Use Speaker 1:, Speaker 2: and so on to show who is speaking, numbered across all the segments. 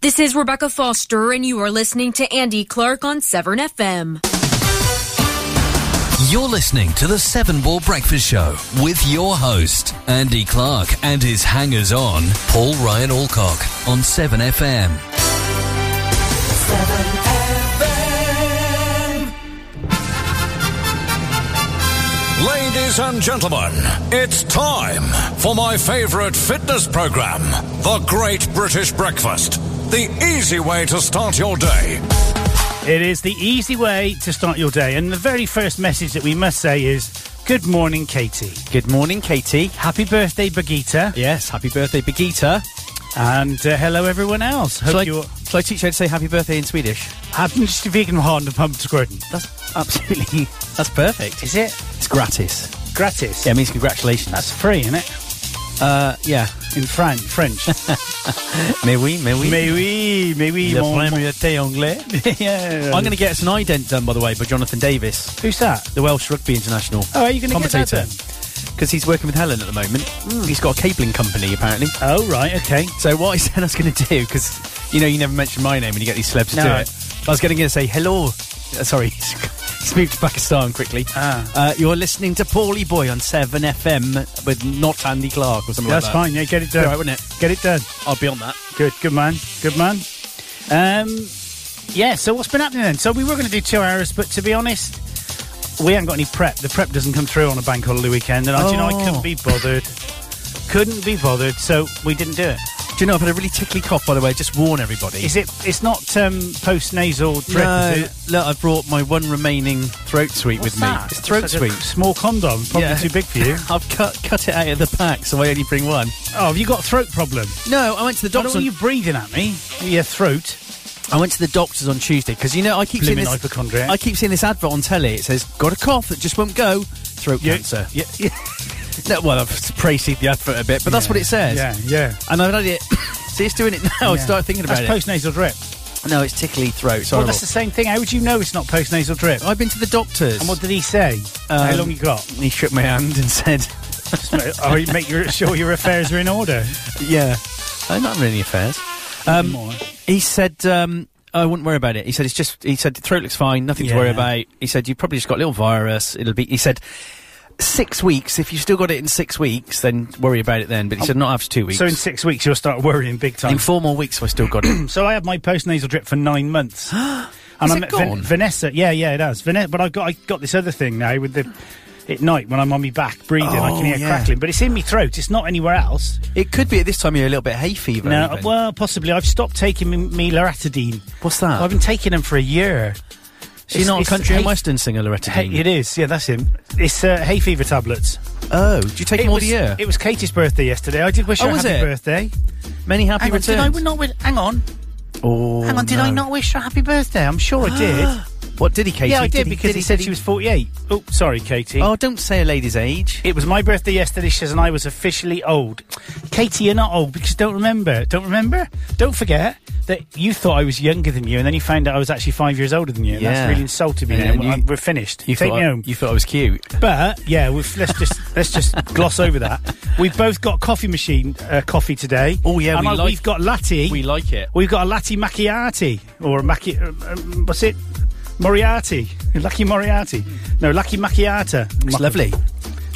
Speaker 1: This is Rebecca Foster, and you are listening to Andy Clark on Severn FM.
Speaker 2: You're listening to the Seven Ball Breakfast Show with your host, Andy Clark, and his hangers on, Paul Ryan Alcock, on 7FM.
Speaker 3: 7FM.
Speaker 4: Ladies and gentlemen, it's time for my favorite fitness program, The Great British Breakfast. The easy way to start your day.
Speaker 5: It is the easy way to start your day. And the very first message that we must say is Good morning, Katie.
Speaker 6: Good morning, Katie.
Speaker 5: Happy birthday, Bagita.
Speaker 6: Yes, happy birthday, Birgitta.
Speaker 5: And uh, hello, everyone else.
Speaker 6: Shall I,
Speaker 5: you're-
Speaker 6: shall I teach you how to say happy birthday in Swedish?
Speaker 5: Happy vegan horn of pumped squirting.
Speaker 6: That's absolutely... That's perfect.
Speaker 5: Is it?
Speaker 6: It's gratis.
Speaker 5: Gratis.
Speaker 6: Yeah, it means congratulations.
Speaker 5: That's free, isn't it?
Speaker 6: uh, yeah.
Speaker 5: In Fran- French.
Speaker 6: Mais oui, mais oui.
Speaker 5: mais oui, mais oui,
Speaker 6: Le
Speaker 5: mon-
Speaker 6: premier thé anglais.
Speaker 5: yeah.
Speaker 6: I'm going to get an ident done, by the way, by Jonathan Davis,
Speaker 5: Who's that?
Speaker 6: the Welsh rugby international
Speaker 5: Oh, are you going to get that Hmm.
Speaker 6: commentator.
Speaker 5: then?
Speaker 6: Because he's working with Helen at the moment. He's got a cabling company, apparently.
Speaker 5: Oh, right, okay.
Speaker 6: So what I said I was going to do, because you know you never mention my name when you get these celebs to
Speaker 5: No.
Speaker 6: do it. I was going to say hello. Uh, sorry, he's moved to Pakistan quickly.
Speaker 5: Ah.
Speaker 6: Uh, you're listening to Paulie Boy on Seven FM with not Andy Clark or something
Speaker 5: That's
Speaker 6: like that.
Speaker 5: fine, yeah, get it done.
Speaker 6: All right, wouldn't it?
Speaker 5: Get it done.
Speaker 6: I'll be on that.
Speaker 5: Good, good man, good man. Um, yeah. So what's been happening then? So we were going to do two hours, but to be honest, we haven't got any prep. The prep doesn't come through on a bank holiday weekend, and I, do you know, I couldn't
Speaker 6: Oh.
Speaker 5: be bothered. Couldn't be bothered, so we didn't do it.
Speaker 6: Do you know I've had a really tickly cough by the way? Just warn everybody.
Speaker 5: Is it? It's not um, post nasal drip,
Speaker 6: no,
Speaker 5: is it?
Speaker 6: look, I brought my one remaining throat sweet
Speaker 5: What's
Speaker 6: with me.
Speaker 5: that?
Speaker 6: It's throat
Speaker 5: Looks like
Speaker 6: sweet.
Speaker 5: a small condom, probably
Speaker 6: Yeah.
Speaker 5: too big for you.
Speaker 6: I've cut cut it out of the pack, so I only bring one.
Speaker 5: Oh, have you got a throat problem?
Speaker 6: No, I went to the
Speaker 5: Doctor,
Speaker 6: doctor.
Speaker 5: are you breathing at me? Your throat.
Speaker 6: I went to the doctors on Tuesday because you know I keep
Speaker 5: Blimmin'
Speaker 6: seeing this.
Speaker 5: hypochondriac.
Speaker 6: I keep seeing this advert on telly. It says, "Got a cough that just won't go." Throat
Speaker 5: You-
Speaker 6: cancer.
Speaker 5: Yeah, yeah,
Speaker 6: No, well, I've preceded the advert a bit, but that's what it says.
Speaker 5: yeah, yeah.
Speaker 6: And I've had it. See, it's doing it now. I
Speaker 5: yeah.
Speaker 6: started thinking about
Speaker 5: That's
Speaker 6: it.
Speaker 5: post nasal drip.
Speaker 6: no, it's tickly throat. Sorry.
Speaker 5: Well, that's the same thing. How would you know it's not post nasal drip?
Speaker 6: I've been to the doctors.
Speaker 5: And what did he say? How
Speaker 6: Um,
Speaker 5: long you got?
Speaker 6: he shook my hand and said,
Speaker 5: Just make- oh, you make your, sure your affairs are in order.
Speaker 6: "Yeah, I'm Oh, not having any affairs."
Speaker 5: Um, more.
Speaker 6: He said, um, I wouldn't worry about it. He said, it's just, he said, the throat looks fine, nothing to worry
Speaker 5: Yeah.
Speaker 6: about. He said, you've probably just got a little virus. It'll be, he said, six weeks. If you've still got it in six weeks, then worry about it then. But he said, not after two weeks.
Speaker 5: So in six weeks you'll start worrying big time.
Speaker 6: in four more weeks, I still got it.
Speaker 5: so I had my post nasal drip for nine months. and
Speaker 6: Has
Speaker 5: I'm
Speaker 6: it
Speaker 5: at Van-
Speaker 6: gone?
Speaker 5: Vanessa. Yeah, yeah, it has. Vanessa, but I got I got this other thing now with the at night when I'm on my back breathing, I
Speaker 6: Oh,
Speaker 5: can hear
Speaker 6: yeah.
Speaker 5: crackling, but it's in my throat. It's not anywhere else.
Speaker 6: it could be at this time of year a little bit hay fever.
Speaker 5: No,
Speaker 6: even.
Speaker 5: well, possibly I've stopped taking me, me loratadine.
Speaker 6: What's that?
Speaker 5: I've been taking them for a year.
Speaker 6: She's
Speaker 5: it's-
Speaker 6: not a
Speaker 5: it's
Speaker 6: country
Speaker 5: hay-
Speaker 6: and western singer, Loretta
Speaker 5: Hey,
Speaker 6: Dean.
Speaker 5: it is. Yeah, that's him. It's uh, hay fever tablets.
Speaker 6: oh, do you take
Speaker 5: It
Speaker 6: them all
Speaker 5: was,
Speaker 6: the year?
Speaker 5: it was Katie's birthday yesterday. I did wish
Speaker 6: Oh,
Speaker 5: her
Speaker 6: was
Speaker 5: happy
Speaker 6: it?
Speaker 5: birthday.
Speaker 6: Many happy
Speaker 5: Hang on,
Speaker 6: returns.
Speaker 5: did I not wish, hang on,
Speaker 6: oh,
Speaker 5: hang on, did I
Speaker 6: no.
Speaker 5: not wish her happy birthday? I'm sure I did.
Speaker 6: What did he, Katie?
Speaker 5: yeah, I did,
Speaker 6: he-
Speaker 5: because
Speaker 6: he-
Speaker 5: he said
Speaker 6: did
Speaker 5: she was 48. Oh, sorry, Katie.
Speaker 6: Oh, don't say a lady's age.
Speaker 5: It was my birthday yesterday, she says, and I was officially old. Katie, you're not old because don't remember. Don't remember? Don't forget that you thought I was younger than you, and then you found out I was actually five years older than you. and
Speaker 6: Yeah.
Speaker 5: That's really insulted me.
Speaker 6: Yeah,
Speaker 5: and
Speaker 6: you-
Speaker 5: I'm- we're finished.
Speaker 6: You
Speaker 5: Take
Speaker 6: thought
Speaker 5: me
Speaker 6: I-
Speaker 5: home.
Speaker 6: you thought I was cute.
Speaker 5: But yeah, we've, let's just let's just gloss over that. We've both got coffee machine uh, coffee today.
Speaker 6: Oh, yeah,
Speaker 5: and
Speaker 6: we
Speaker 5: I-
Speaker 6: like-
Speaker 5: we've got latte.
Speaker 6: We like it.
Speaker 5: We've got a latte macchiati or a macchi. Um, um, what's it? Moriarty. Lucky Moriarty. No, Lucky Macchiata.
Speaker 6: It's
Speaker 5: Mac-
Speaker 6: lovely.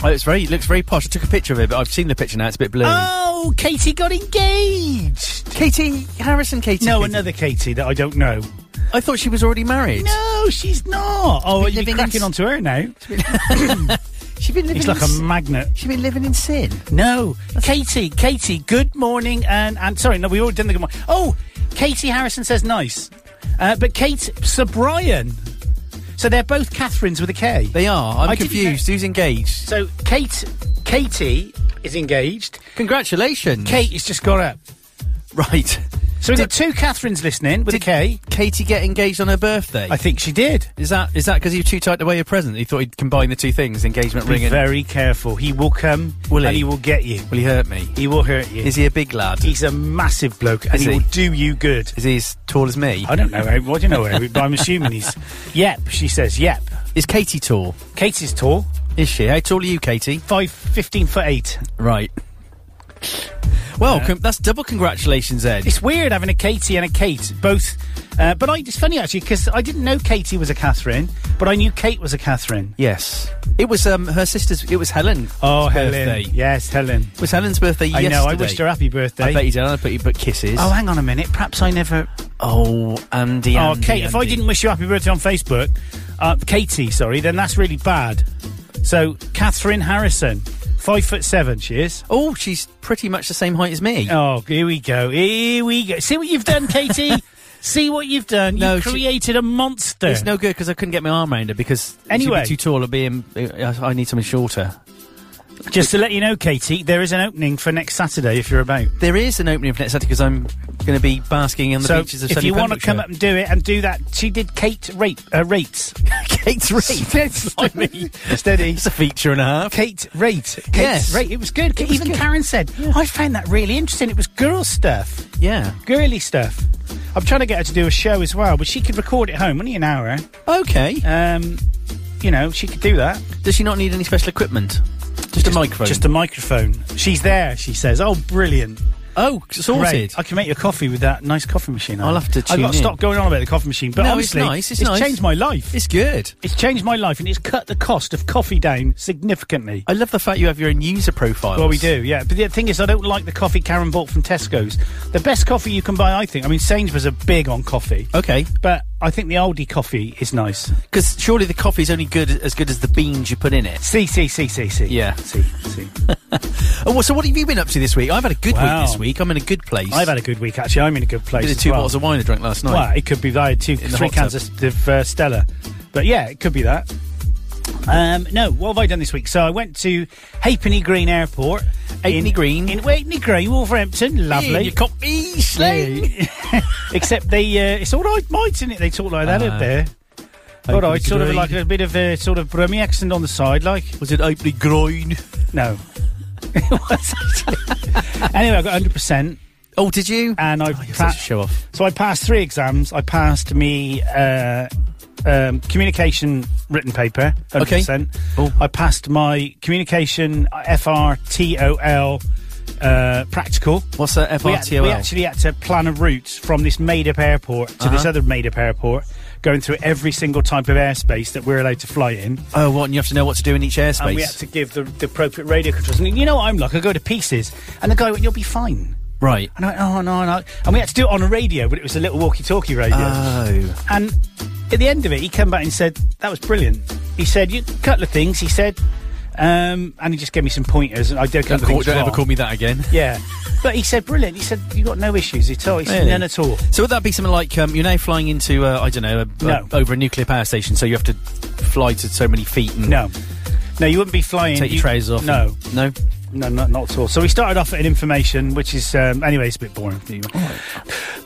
Speaker 6: Oh, it's very, it looks very posh. I took a picture of it, but I've seen the picture now. It's a bit blurry.
Speaker 5: Oh, Katie got engaged.
Speaker 6: Katie Harrison, Katie.
Speaker 5: No,
Speaker 6: Katie.
Speaker 5: another Katie that I don't know.
Speaker 6: I thought she was already married.
Speaker 5: No, she's not. Oh,
Speaker 6: She's been
Speaker 5: you're
Speaker 6: living in
Speaker 5: cracking
Speaker 6: s-
Speaker 5: onto her now.
Speaker 6: She's been living.
Speaker 5: It's like
Speaker 6: in,
Speaker 5: a magnet.
Speaker 6: She's been living in sin.
Speaker 5: No, Katie, Katie, good morning, and and sorry, no, we already done the good morning. Oh, Katie Harrison says nice, uh, but Kate Sir Brian. So they're both Catherines with a K.
Speaker 6: They are. I'm
Speaker 5: I didn't
Speaker 6: confused. Who's engaged?
Speaker 5: so Kate, Katie is engaged.
Speaker 6: Congratulations,
Speaker 5: Kate has just got up.
Speaker 6: Right.
Speaker 5: So we've got
Speaker 6: Did-
Speaker 5: two Catherines listening with a
Speaker 6: Did
Speaker 5: K.
Speaker 6: Katie get engaged on her birthday?
Speaker 5: I think she did.
Speaker 6: is that is that because he was too tight to wear your present? He thought he'd combine the two things: engagement ring
Speaker 5: Be
Speaker 6: and.
Speaker 5: very careful. He will come
Speaker 6: Will
Speaker 5: and
Speaker 6: he?
Speaker 5: he will get you.
Speaker 6: Will he hurt me?
Speaker 5: He will hurt you.
Speaker 6: Is he a big lad?
Speaker 5: He's a massive bloke and
Speaker 6: Is
Speaker 5: he,
Speaker 6: he?
Speaker 5: will do you good.
Speaker 6: Is he as tall as me?
Speaker 5: I don't know. how- What do you know? how- But I'm assuming he's. Yep, she says. Yep.
Speaker 6: Is Katie tall?
Speaker 5: Katie's tall.
Speaker 6: Is she? How tall are you, Katie?
Speaker 5: Five, 15 foot eight.
Speaker 6: Right. Well, con- that's double congratulations, Ed.
Speaker 5: It's weird having a Katie and a Kate, both. Uh, but I, it's funny actually because I didn't know Katie was a Catherine, but I knew Kate was a Catherine.
Speaker 6: Yes, it was um, her sister's. It was Oh, Helen. birthday.
Speaker 5: yes, Helen.
Speaker 6: It was Helen's birthday
Speaker 5: Oh, I
Speaker 6: yesterday.
Speaker 5: know. I wished her happy birthday.
Speaker 6: I bet you did. I bet you put kisses.
Speaker 5: Oh, hang on a minute. Perhaps I never.
Speaker 6: Oh, Andy.
Speaker 5: Oh,
Speaker 6: Andy,
Speaker 5: Kate, if I
Speaker 6: Andy.
Speaker 5: didn't wish you happy birthday on Facebook, uh, Katie, sorry, then that's really bad. So, Catherine Harrison, five foot seven, she is.
Speaker 6: Oh, she's pretty much the same height as me.
Speaker 5: Oh, here we go. Here we go. See what you've done, Katie. See what you've done.
Speaker 6: No,
Speaker 5: you
Speaker 6: she-
Speaker 5: created a monster.
Speaker 6: It's no good because I couldn't get my arm around her because she'd be
Speaker 5: Anyway.
Speaker 6: too tall. I'd be in, I I need something shorter.
Speaker 5: Just to let you know, Katie, there is an opening for next Saturday if you're about.
Speaker 6: There is an opening for next Saturday because I'm going to be basking on the
Speaker 5: so,
Speaker 6: beaches of
Speaker 5: if
Speaker 6: sunny
Speaker 5: you want to come up
Speaker 6: Pembrokeshire.
Speaker 5: and do it and do that, she did Kate rate uh, rates.
Speaker 6: Kate's rape.
Speaker 5: Steady, steady.
Speaker 6: It's a feature and a half.
Speaker 5: Kate rate. Kate
Speaker 6: Yes.
Speaker 5: rate. It was good.
Speaker 6: was
Speaker 5: Even
Speaker 6: good.
Speaker 5: Karen said, I found that really interesting. It was girl stuff,
Speaker 6: Yeah.
Speaker 5: girly stuff. I'm trying to get her to do a show as well, but she could record it home, only an hour.
Speaker 6: Okay.
Speaker 5: Um, you know, she could do that.
Speaker 6: Does she not need any special equipment? Just, a microphone.
Speaker 5: Just a microphone. She's there, she says. Oh, brilliant.
Speaker 6: oh, sorted.
Speaker 5: Great. I can make you a coffee with that nice coffee machine. I
Speaker 6: I'll
Speaker 5: have.
Speaker 6: have to
Speaker 5: I've
Speaker 6: tune
Speaker 5: got to
Speaker 6: in.
Speaker 5: stop going on about the coffee machine, but
Speaker 6: No, it's
Speaker 5: honestly,
Speaker 6: nice, it's nice.
Speaker 5: changed my life.
Speaker 6: It's good.
Speaker 5: It's changed my life and it's cut the cost of coffee down significantly.
Speaker 6: I love the fact you have your own user profile.
Speaker 5: Well, we do, yeah. But the thing is, I don't like the coffee Karen bought from Tesco's. The best coffee you can buy, I think. I mean, Sainsbury's are big on coffee,
Speaker 6: Okay,
Speaker 5: but I think the Aldi coffee is nice.
Speaker 6: because surely the coffee is only good as good as the beans you put in it.
Speaker 5: See, see, see, see, see.
Speaker 6: Yeah.
Speaker 5: see, see.
Speaker 6: Oh, well, so what have you been up to this week? I've had a good
Speaker 5: Wow.
Speaker 6: week this week. I'm in a good place.
Speaker 5: I've had a good week actually. I'm in a good place.
Speaker 6: I did
Speaker 5: as
Speaker 6: two
Speaker 5: well.
Speaker 6: bottles of wine I drank last night.
Speaker 5: Well, it could be that. I had two,
Speaker 6: the
Speaker 5: three
Speaker 6: hot
Speaker 5: cans of, of uh, Stella, but yeah, it could be that. Um, no, what have I done this week? So I went to Halfpenny Green Airport.
Speaker 6: Halfpenny
Speaker 5: in-
Speaker 6: Green.
Speaker 5: in Halfpenny Green, Wolverhampton.
Speaker 6: Hey,
Speaker 5: Lovely.
Speaker 6: You caught me, sling.
Speaker 5: Except they, uh, it's all right, mate, isn't it? They talk like that
Speaker 6: Ah.
Speaker 5: up there. All right, sort of
Speaker 6: grade.
Speaker 5: like a bit of a sort of Brummie accent on the side, like.
Speaker 6: Was it opening groin?
Speaker 5: No. What's that? anyway, I got 100%,
Speaker 6: Oh, did you?
Speaker 5: and I
Speaker 6: Oh, you're
Speaker 5: pa-
Speaker 6: such a show off.
Speaker 5: so I passed three exams. I passed me uh, um, communication written paper, 100%.
Speaker 6: Oh.
Speaker 5: I passed my communication uh, FRTOL uh, practical.
Speaker 6: What's that?
Speaker 5: We, had- we
Speaker 6: FRTOL.
Speaker 5: actually had to plan a route from this made-up airport to this
Speaker 6: Uh-huh.
Speaker 5: other made-up airport, going through every single type of airspace that we're allowed to fly in,
Speaker 6: oh, what? And you have to know what to do in each
Speaker 5: and Uh, we
Speaker 6: airspace.
Speaker 5: had to give the, the appropriate radio controls. And you know what I'm like? I go to pieces, and the guy went, "You'll be fine."
Speaker 6: right.
Speaker 5: And I went, "Oh no, no!" And we had to do it on a radio, but it was a little walkie-talkie radio.
Speaker 6: Oh.
Speaker 5: And at the end of it, he came back and said, That was brilliant. He said, You couple of things, he said, um, and he just gave me some pointers, and I did a couple of
Speaker 6: Don't
Speaker 5: things.
Speaker 6: ever
Speaker 5: wrong.
Speaker 6: call me that again.
Speaker 5: Yeah. But he said, Brilliant. He said, You got no issues at all. He said,
Speaker 6: Really?
Speaker 5: None at all.
Speaker 6: So would that be something like um, you're now flying into uh, I don't know a,
Speaker 5: No.
Speaker 6: a- over a nuclear power station, so you have to fly to so many feet and
Speaker 5: No. No, you wouldn't be flying.
Speaker 6: take
Speaker 5: you-
Speaker 6: your trays off?
Speaker 5: No,
Speaker 6: and- no.
Speaker 5: no, not, not at all. So we started off at an information, which is, um, anyway, it's a bit boring.
Speaker 6: Oh,
Speaker 5: for you.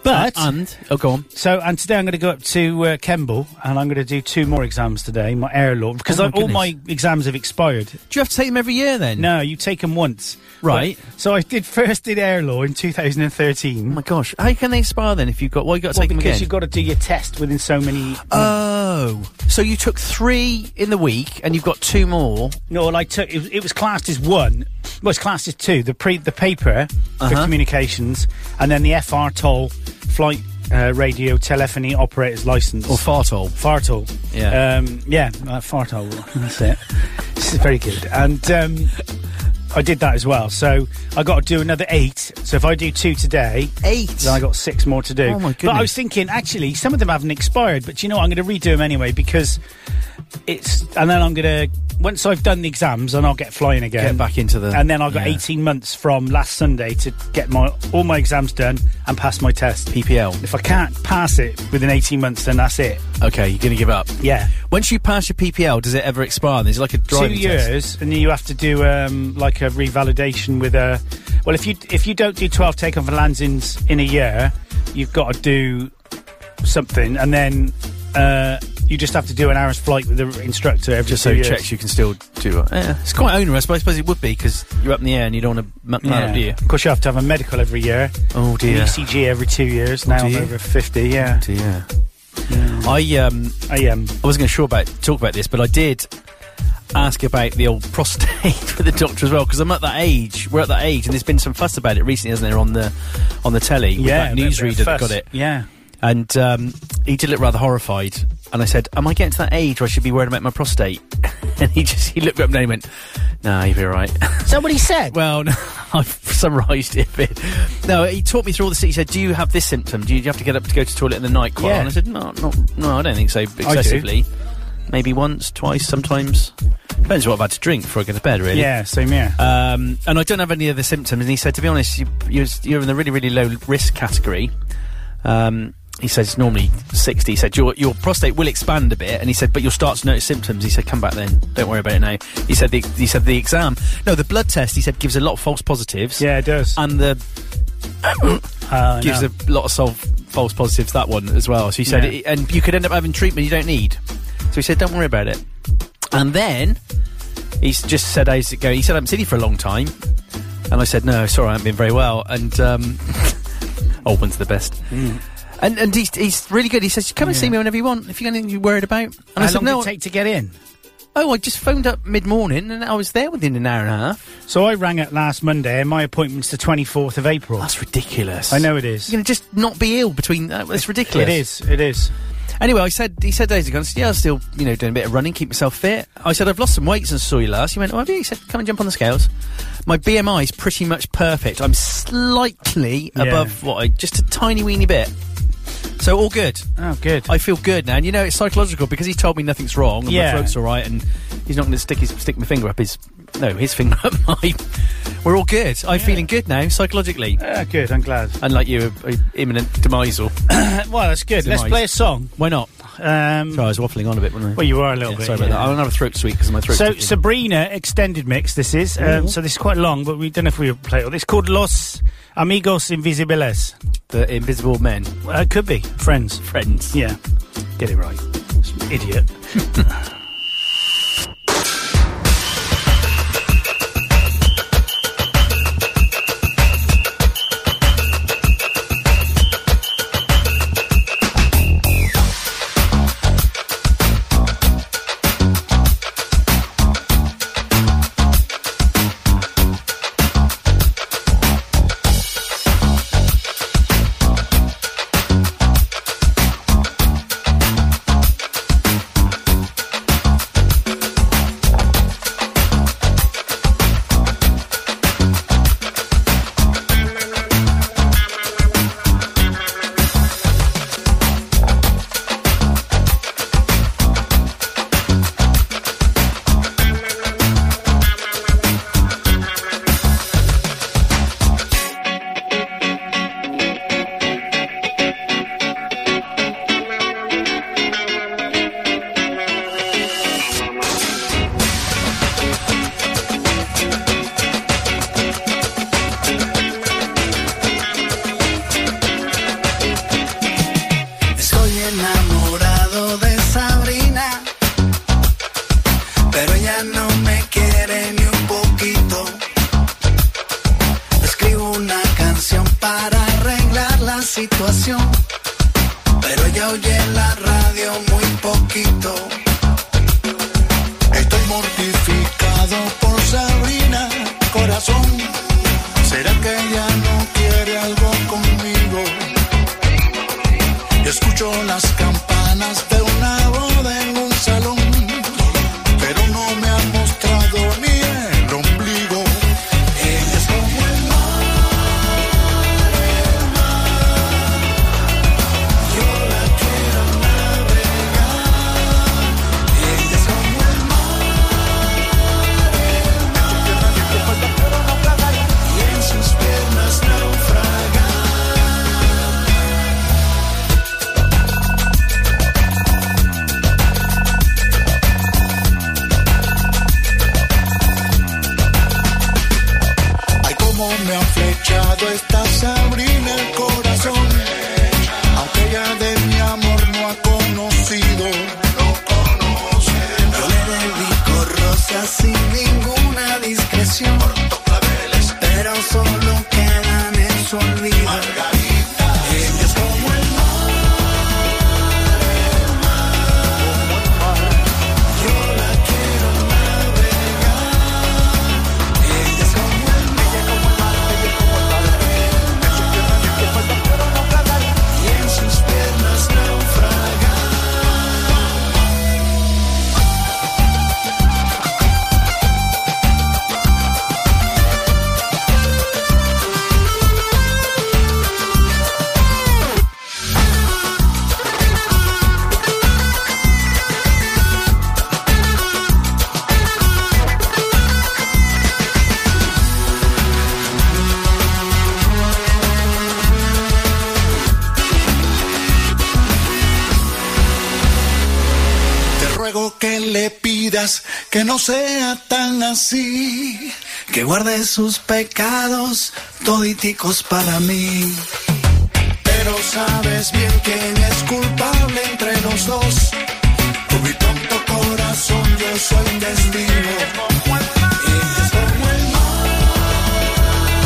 Speaker 5: But,
Speaker 6: And oh, go on.
Speaker 5: so, and today I'm going to go up to uh, Kemble and I'm going to do two more exams today, my air law, because
Speaker 6: Oh,
Speaker 5: I,
Speaker 6: my
Speaker 5: all my exams have expired.
Speaker 6: Do you have to take them every year then?
Speaker 5: No, you take them once.
Speaker 6: Right.
Speaker 5: But- so I did first did air law in 2013.
Speaker 6: Oh my gosh, how can they expire then if you've got? Well, you got to
Speaker 5: well,
Speaker 6: take them
Speaker 5: because
Speaker 6: again.
Speaker 5: you've got to do your test within so many.
Speaker 6: oh, so you took three in the week and you've got two more.
Speaker 5: no, well, I took it, was- it was classed as one. Well, it's classed as two. The pre the paper for
Speaker 6: Uh-huh.
Speaker 5: communications, and then the FR toll flight uh, radio telephony operator's license
Speaker 6: Or fartol.
Speaker 5: Fartol.
Speaker 6: Yeah.
Speaker 5: Um, yeah, uh, Fartol. That's it. this is very good. And um, I did that as well. So I got to do another eight. So if I do two today.
Speaker 6: Eight.
Speaker 5: Then I got six more to do.
Speaker 6: Oh,
Speaker 5: But
Speaker 6: my
Speaker 5: I
Speaker 6: goodness.
Speaker 5: was thinking, actually, some of them haven't expired, but you know what? I'm going to redo them anyway because it's. And then I'm going to. Once I've done the exams, then I'll get flying again.
Speaker 6: Get back into the-
Speaker 5: And then I've got
Speaker 6: yeah.
Speaker 5: 18 months from last Sunday to get my all my exams done and pass my test.
Speaker 6: PPL.
Speaker 5: If I can't pass it within 18 months, then that's it.
Speaker 6: Okay, you're going to give up.
Speaker 5: Yeah.
Speaker 6: Once you pass your PPL, does it ever expire? There's like a
Speaker 5: two
Speaker 6: driving test.
Speaker 5: years, and then you have to do um, like a revalidation with a. Well, if you if you don't do twelve takeoff and landings in a year, you've got to do something, and then uh, you just have to do an hour's flight with the instructor every
Speaker 6: Just
Speaker 5: two
Speaker 6: so it
Speaker 5: years.
Speaker 6: checks you can still do it. Yeah, it's quite onerous, but I suppose it would be because you're up in the air and you don't want to muck that
Speaker 5: Yeah.
Speaker 6: up, do you?
Speaker 5: Of course, you have to have a medical every year.
Speaker 6: Oh, dear. Oh,
Speaker 5: An ECG every two years. Now I'm
Speaker 6: dear.
Speaker 5: over fifty. Yeah,
Speaker 6: Yeah. I um
Speaker 5: I am.
Speaker 6: Oh, I wasn't going to sure about talk about this, but I did. ask about the old prostate with the doctor as well because I'm at that age. We're at that age, and there's been some fuss about it recently, hasn't there? On the on the telly,
Speaker 5: yeah, a bit-
Speaker 6: with that
Speaker 5: bit of
Speaker 6: newsreader that
Speaker 5: fuss.
Speaker 6: got it,
Speaker 5: Yeah.
Speaker 6: and um, he did look rather horrified. And I said, "Am I getting to that age where I should be worried about my prostate?" and he just he looked up and he went, "No, you'll be all right."
Speaker 3: Is that what he said?
Speaker 6: Well, no, I've summarised it a bit. No, he taught me through all this. He said, "Do you have this symptom? Do you, do you have to get up to go to the toilet in the night quite?"
Speaker 5: Yeah.
Speaker 6: Yeah. And I said, "No, not, no, I don't think so. Excessively, maybe once, twice, sometimes. Depends what I've had to drink before I go to bed, really."
Speaker 5: Yeah, same here.
Speaker 6: Um, and I don't have any of the symptoms. And he said, to be honest, you, you're, you're in the really, really low risk category. Um, he says it's normally 60. He said, your, your prostate will expand a bit. And he said, but you'll start to notice symptoms. He said, come back then. Don't worry about it now. He said, the, he said, the exam. No, the blood test, he said, gives a lot of false positives.
Speaker 5: yeah, it does.
Speaker 6: And the
Speaker 5: Uh, I
Speaker 6: gives
Speaker 5: know.
Speaker 6: a lot of sol- false positives, that one as well. So he said,
Speaker 5: Yeah.
Speaker 6: it, and you could end up having treatment you don't need. So he said, don't worry about it. And then he's just said, how's it going? He said, I haven't seen you for a long time. And I said, no, sorry, I haven't been very well. And, um, Oldman's the best.
Speaker 5: Mm.
Speaker 6: And, and he's, he's really good. He says, come and see me whenever you want, if you've got anything you're worried about. And I
Speaker 5: How
Speaker 6: said,
Speaker 5: long
Speaker 6: no,
Speaker 5: did it take to get in?
Speaker 6: oh, I just phoned up mid-morning and I was there within an hour and a half.
Speaker 5: So I rang it last Monday, and my appointment's the 24th of April.
Speaker 6: That's ridiculous.
Speaker 5: I know it is.
Speaker 6: You're going to just not be ill between... Uh, that's ridiculous.
Speaker 5: It is. It is.
Speaker 6: Anyway, I said, he said days ago, I said, yeah, I'm still, you know, doing a bit of running, keep myself fit. I said, I've lost some weight since I saw you last. He went, oh, have you? He said, come and jump on the scales. My BMI is pretty much perfect. I'm slightly
Speaker 5: Yeah.
Speaker 6: above what I, just a tiny weeny bit. So all good.
Speaker 5: Oh, good.
Speaker 6: I feel good now. And you know, it's psychological because he's told me nothing's wrong and
Speaker 5: Yeah.
Speaker 6: my throat's all right and he's not going to stick his, stick my finger up his, no, his finger up my, we're all good. I'm feeling good now psychologically.
Speaker 5: Ah, good. I'm glad.
Speaker 6: Unlike you, a, a imminent demise or,
Speaker 5: Well, that's good. Let's
Speaker 6: Demise.
Speaker 5: play a song.
Speaker 6: why not?
Speaker 5: Um,
Speaker 6: Sorry, I was waffling on a bit, wasn't I?
Speaker 5: Well, you are a little
Speaker 6: Yeah,
Speaker 5: bit.
Speaker 6: sorry about
Speaker 5: yeah.
Speaker 6: that. I don't have a throat sweet because my throat.
Speaker 5: So Sabrina extended mix. This is
Speaker 6: Mm-hmm.
Speaker 5: um, so. This is quite long, but we don't know if we will play it. It's called Los Amigos Invisibles.
Speaker 6: the invisible men,
Speaker 5: Uh, it could be friends.
Speaker 6: friends.
Speaker 5: Yeah, get it right, idiot.
Speaker 7: Estoy enamorado de Sabrina, pero ella no me quiere ni un poquito. Escribo una canción para arreglar la situación, pero ella oye la radio muy poquito. Estoy mortificado por Sabrina, corazón. ¿Será que ella no quiere algo conmigo? Yo escucho las campanas de una boda en un salón, pero no me han mostrado ni el ombligo. Ella es como el mar, el mar. Yo la quiero navegar. Ella es como el mar, el mar. Y en sus piernas naufragar. que le pidas que no sea tan así, que guarde sus pecados toditicos para mí. Pero sabes bien quién es culpable entre los dos. Con mi tonto corazón yo soy el destino. Ella es como el mar,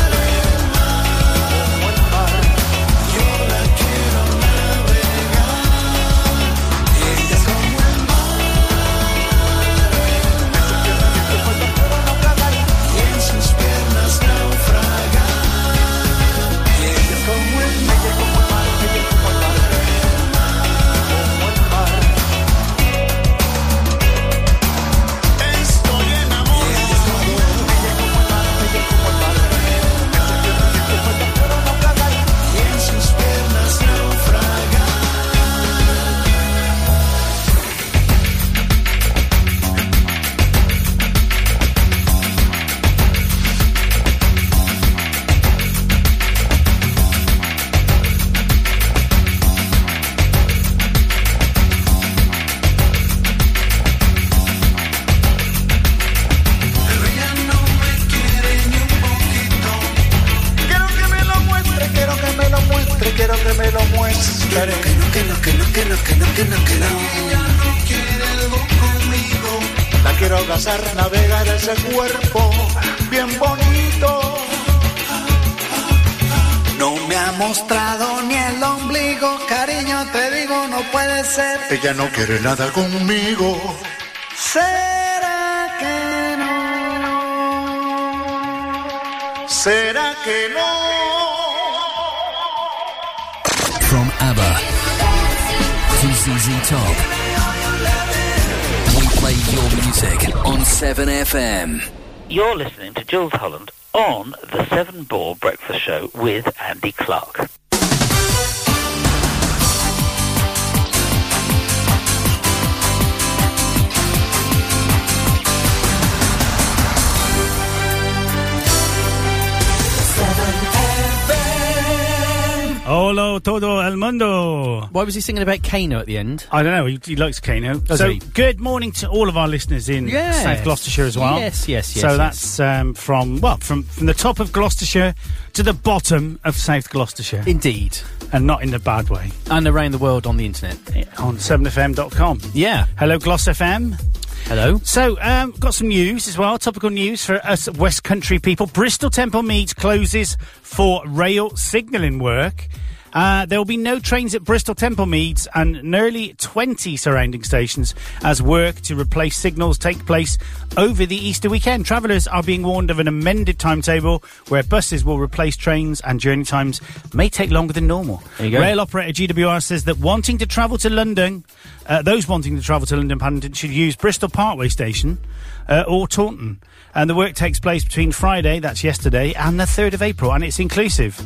Speaker 7: el mar. Yo la quiero navegar. Ella es como el mar, el mar. Y en sus piernas naufragar. Ella es como el mar. Estoy enamorado. Y en sus piernas naufragar. Ella no me quiere ni un poquito. Quiero que me lo muestre, quiero que me lo muestre, quiero que me lo muestre. Pero que no, que no, que no, que no, que no, que no, que no. Ella no quiere algo conmigo. La quiero abrazar, navegar ese cuerpo bien bonito. No me ha mostrado ni el ombligo, cariño, te digo, no puede ser. Ella no quiere nada conmigo. ¿Será que no? ¿Será que no?
Speaker 2: From ABBA to ZZ Top. We play your music on 7FM.
Speaker 3: You're listening to Jules Holland on the Seven Ball Breakfast Show with Andy Clark.
Speaker 5: Hola todo el mundo.
Speaker 6: Why was he singing about Kano at the end?
Speaker 5: I don't know. He, he likes Kano. so
Speaker 6: he?
Speaker 5: good morning to all of our listeners in
Speaker 6: Yes.
Speaker 5: South Gloucestershire as well.
Speaker 6: Yes, yes, yes,
Speaker 5: So
Speaker 6: yes.
Speaker 5: that's um, from well from from the top of Gloucestershire to the bottom of South Gloucestershire,
Speaker 6: Indeed.
Speaker 5: and not in the bad way.
Speaker 6: And around the world on the internet.
Speaker 5: On 7fm.com.
Speaker 6: Yeah.
Speaker 5: Hello, Gloss FM.
Speaker 6: Hello.
Speaker 5: So, um, got some news as well, topical news for us West Country people. Bristol Temple Meads closes for rail signalling work. Uh, there will be no trains at Bristol Temple Meads and nearly 20 surrounding stations as work to replace signals take place over the Easter weekend. Travellers are being warned of an amended timetable where buses will replace trains and journey times may take longer than normal.
Speaker 6: There you go.
Speaker 5: Rail operator GWR says that wanting to travel to London, uh, those wanting to travel to London Paddington should use Bristol Parkway Station uh, or Taunton. And the work takes place between Friday, that's yesterday, and the 3rd of April, and it's inclusive.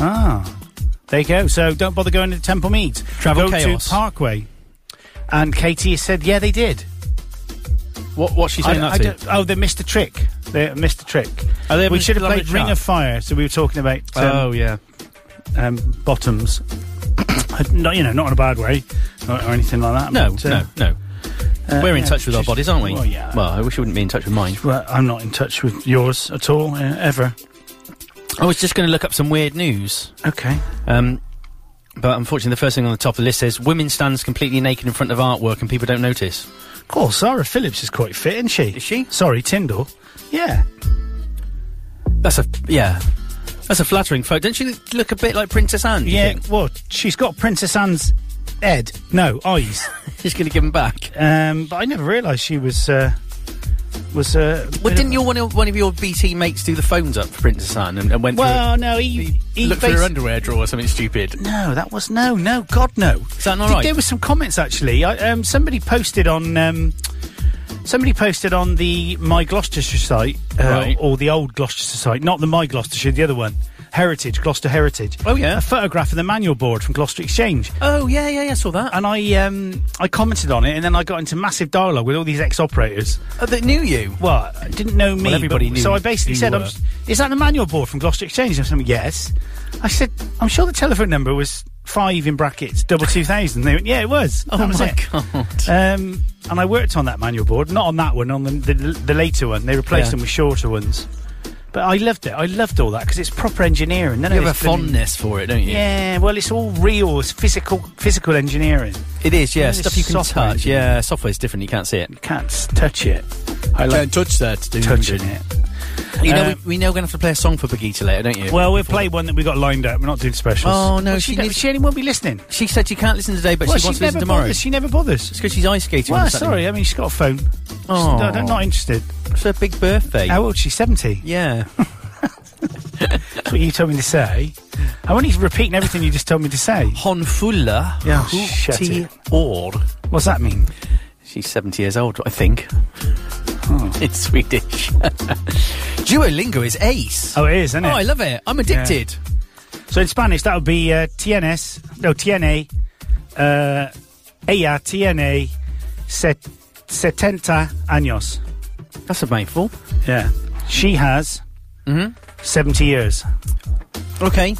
Speaker 5: Ah, there you go. So don't bother going to Temple Meads. go
Speaker 6: Travel chaos.
Speaker 5: to Parkway. And Katie said, yeah, they did.
Speaker 6: What, what's she
Speaker 5: I-
Speaker 6: saying
Speaker 5: I
Speaker 6: that to?
Speaker 5: don't- oh, they missed a trick. They missed a trick.
Speaker 6: Oh, they
Speaker 5: we
Speaker 6: missed
Speaker 5: should have
Speaker 6: a lovely
Speaker 5: played Ring
Speaker 6: track.
Speaker 5: of Fire, so we were talking about um,
Speaker 6: oh, yeah.
Speaker 5: um, bottoms. not, you know, not in a bad way or, or anything like that.
Speaker 6: No,
Speaker 5: but, uh,
Speaker 6: no, no. We're in
Speaker 5: yeah,
Speaker 6: touch with our
Speaker 5: just-
Speaker 6: bodies, aren't we?
Speaker 5: well, yeah.
Speaker 6: uh, Well, I wish we wouldn't be in touch with mine.
Speaker 5: Well, I'm not in touch with yours at all, uh, ever.
Speaker 6: I was just going to look up some weird news.
Speaker 5: Okay.
Speaker 6: Um, but unfortunately, the first thing on the top of the list says women stands completely naked in front of artwork and people don't notice.
Speaker 5: Of course, Sarah Phillips is quite fit, isn't she?
Speaker 6: Is she?
Speaker 5: Sorry, Tyndall. Yeah.
Speaker 6: That's a yeah. That's a flattering photo. Don't you look a bit like Princess Anne? do you
Speaker 5: Yeah,
Speaker 6: think?
Speaker 5: well, she's got Princess Anne's head. No, eyes.
Speaker 6: She's going to give him back.
Speaker 5: um, but I never realised she was. Uh, was uh, a
Speaker 6: Well,
Speaker 5: bit
Speaker 6: didn't
Speaker 5: of-
Speaker 6: your one, of- one of your BT mates do the phones up for Princess Anne and, and went
Speaker 5: Well, no, he.
Speaker 6: through,
Speaker 5: he
Speaker 6: looked through her
Speaker 5: basi-
Speaker 6: underwear drawer or something stupid?
Speaker 5: No, that was no, no, God, no.
Speaker 6: Is that not
Speaker 5: Th-
Speaker 6: right?
Speaker 5: There were some comments actually. I, um, somebody posted on um, somebody posted on the My Gloucestershire site uh,
Speaker 6: Right.
Speaker 5: or the old Gloucestershire site, not the My Gloucestershire, the other one, Heritage Gloucester Heritage.
Speaker 6: Oh, yeah.
Speaker 5: a photograph of the manual board from Gloucester Exchange.
Speaker 6: Oh yeah, yeah, yeah. I Saw that.
Speaker 5: And I, um, I commented on it, and then I got into massive dialogue with all these ex-operators.
Speaker 6: Oh, that knew you.
Speaker 5: Well, I didn't know me.
Speaker 6: Well, everybody
Speaker 5: but-
Speaker 6: knew
Speaker 5: So I basically
Speaker 6: who you
Speaker 5: said, I'm,
Speaker 6: were.
Speaker 5: s- "Is that the manual board from Gloucester Exchange?" And something, yes. I said, "I'm sure the telephone number was five in brackets, double two thousand. They went, yeah, it was.
Speaker 6: Oh
Speaker 5: that was
Speaker 6: my
Speaker 5: it.
Speaker 6: God.
Speaker 5: Um, and I worked on that manual board, not on that one, on the the, the later one. They replaced
Speaker 6: Yeah.
Speaker 5: them with shorter ones. But I loved it. I loved all that because it's proper engineering. None
Speaker 6: You
Speaker 5: of
Speaker 6: have a
Speaker 5: it's been-
Speaker 6: fondness for it, don't you?
Speaker 5: Yeah, well, it's all real. It's physical, physical engineering.
Speaker 6: It is, yeah.
Speaker 5: It's
Speaker 6: Stuff you can
Speaker 5: software,
Speaker 6: touch.
Speaker 5: isn't it?
Speaker 6: Yeah, software's different. You can't see it.
Speaker 5: You can't s- touch it. I like
Speaker 6: touch that.
Speaker 5: touching
Speaker 6: Mm.
Speaker 5: it.
Speaker 6: uh, You know,
Speaker 5: Um,
Speaker 6: we, we know we're going to have to play a song for Brigitte later, don't you?
Speaker 5: Well, we'll play one that we got lined up. We're not doing specials.
Speaker 6: Oh, no,
Speaker 5: Well,
Speaker 6: she
Speaker 5: she, don't-
Speaker 6: needs-
Speaker 5: she only won't be listening.
Speaker 6: she said she can't listen today, but
Speaker 5: Well,
Speaker 6: she wants to
Speaker 5: never
Speaker 6: listen tomorrow.
Speaker 5: bothers. She never bothers.
Speaker 6: It's because she's ice skating.
Speaker 5: Well,
Speaker 6: on Saturday.
Speaker 5: sorry. I mean, she's got a phone. She's-
Speaker 6: Oh.
Speaker 5: no, no, not interested.
Speaker 6: It's her big birthday.
Speaker 5: How old? She's seventy.
Speaker 6: Yeah.
Speaker 5: That's what you told me to say. I'm only repeating everything you just told me to say.
Speaker 6: Honfulla
Speaker 5: Yeah, shut it.
Speaker 6: or
Speaker 5: What's that mean?
Speaker 6: She's 70 years old, I think.
Speaker 5: Hmm.
Speaker 6: It's Swedish. Duolingo is ace.
Speaker 5: Oh, it is, isn't it?
Speaker 6: Oh, I love it. I'm addicted.
Speaker 5: so in Spanish, that would be uh, TNS. No, TNA. Uh, ella TNA set, setenta años.
Speaker 6: That's a mouthful.
Speaker 5: Yeah. She has Mm-hmm. 70 years.
Speaker 6: Okay.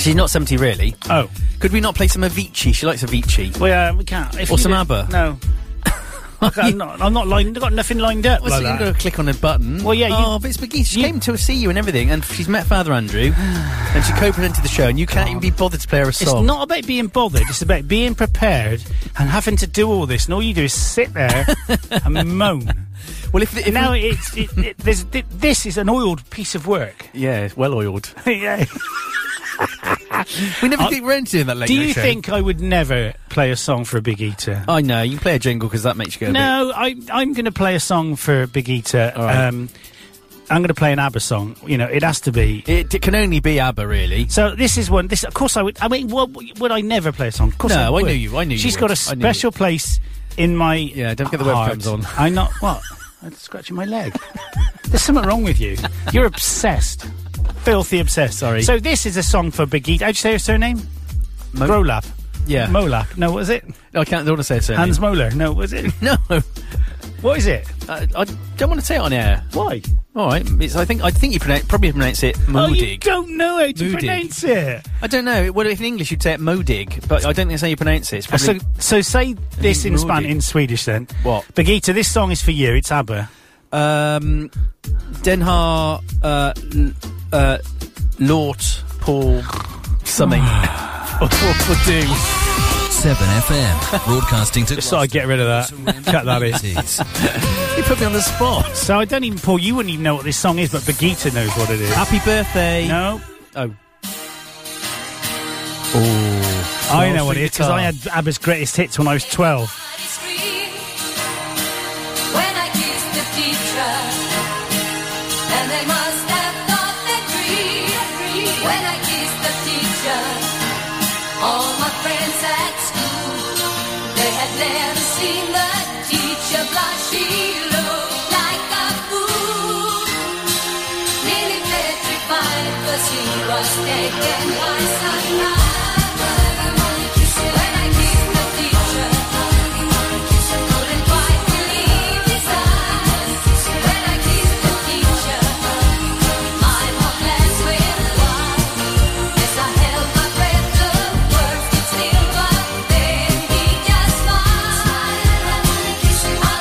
Speaker 6: She's not 70 really.
Speaker 5: Oh.
Speaker 6: Could we not play some Avicii? She likes Avicii.
Speaker 5: Well, yeah, we can't. If
Speaker 6: Or
Speaker 5: you
Speaker 6: some
Speaker 5: don't-
Speaker 6: ABBA.
Speaker 5: No. Look, I'm not, I'm not lined, I've got nothing lined up
Speaker 6: What's
Speaker 5: like
Speaker 6: it? You've
Speaker 5: that.
Speaker 6: got to click on a button.
Speaker 5: Well, yeah, you-
Speaker 6: oh, but it's McGee. She
Speaker 5: you-
Speaker 6: came to see you and everything, and she's met Father Andrew, and she co-presented the show, and you can't even be bothered to play her a
Speaker 5: It's
Speaker 6: song.
Speaker 5: not about being bothered, it's about being prepared and having to do all this. And all you do is sit there and moan.
Speaker 6: Well, if, if
Speaker 5: Now,
Speaker 6: we-
Speaker 5: it's, it, it, there's, thi- this is an oiled piece of work.
Speaker 6: yeah, it's well oiled.
Speaker 5: yeah.
Speaker 6: We never get round to doing that. Late
Speaker 5: Do
Speaker 6: night
Speaker 5: you
Speaker 6: show.
Speaker 5: think I would never play a song for a Big Eater?
Speaker 6: I know you play a jingle because that makes you go.
Speaker 5: No, I, I'm going to play a song for Big Eater.
Speaker 6: right.
Speaker 5: Um, I'm going to play an ABBA song. You know, it has to be.
Speaker 6: A bit. It, it can only be ABBA, really.
Speaker 5: So this is one. This, of course, I would. I mean, what, would I never play a song? Of course,
Speaker 6: No, I
Speaker 5: would.
Speaker 6: knew you, I knew you
Speaker 5: She's got a
Speaker 6: would, I knew you.
Speaker 5: special place in my.
Speaker 6: Yeah, don't forget the
Speaker 5: heart.
Speaker 6: webcams on.
Speaker 5: I'm not what. I'm scratching my leg. There's something wrong with you. You're obsessed, filthy obsessed.
Speaker 6: Sorry.
Speaker 5: So this is a song for Big Eater. How'd you say her surname?
Speaker 6: Mo-
Speaker 5: Grolap.
Speaker 6: Yeah.
Speaker 5: Molap. No, what is it?
Speaker 6: No, I can't. Don't want to say it.
Speaker 5: Hans Moeller. No, what is it?
Speaker 6: No, I,
Speaker 5: What is it?
Speaker 6: I don't want to say it on air.
Speaker 5: Why?
Speaker 6: All right. It's, I think I think you pronounce, probably pronounce it
Speaker 5: Oh, you
Speaker 6: Modig.
Speaker 5: don't know how to
Speaker 6: Moodig.
Speaker 5: pronounce it.
Speaker 6: I don't know. Well, if in English you'd say it Modig, but I don't think that's how you pronounce it. It's
Speaker 5: So,
Speaker 6: probably
Speaker 5: so say this in
Speaker 6: Moodig.
Speaker 5: Spanish, in Swedish then.
Speaker 6: What?
Speaker 5: Birgitta, this song is for you. It's ABBA.
Speaker 6: um, Denhar uh, l- uh, Lort Paul something.
Speaker 5: do.
Speaker 2: 7FM, broadcasting to
Speaker 5: So I get rid of that. Cut that in.
Speaker 2: cities.
Speaker 6: you put me on the spot.
Speaker 5: So I don't even, Paul, you wouldn't even know what this song is, but Birgitta knows what it is.
Speaker 6: Happy birthday.
Speaker 5: No,
Speaker 6: Oh. Oh.
Speaker 5: I know what it is because I
Speaker 6: Guitar.
Speaker 5: had ABBA's greatest hits when I was 12.
Speaker 8: When I kissed the teacher, and they must have thought that dream. When I kissed the teacher, all my friends at school, they had never seen the teacher blush. She looked like a fool, nearly petrified 'cause he was taken by sunrise. When I kissed the teacher, couldn't quite believe his eyes. When I kissed the teacher, my heart blessed with wine. As I held my breath, the words did slip, but then he just smiled.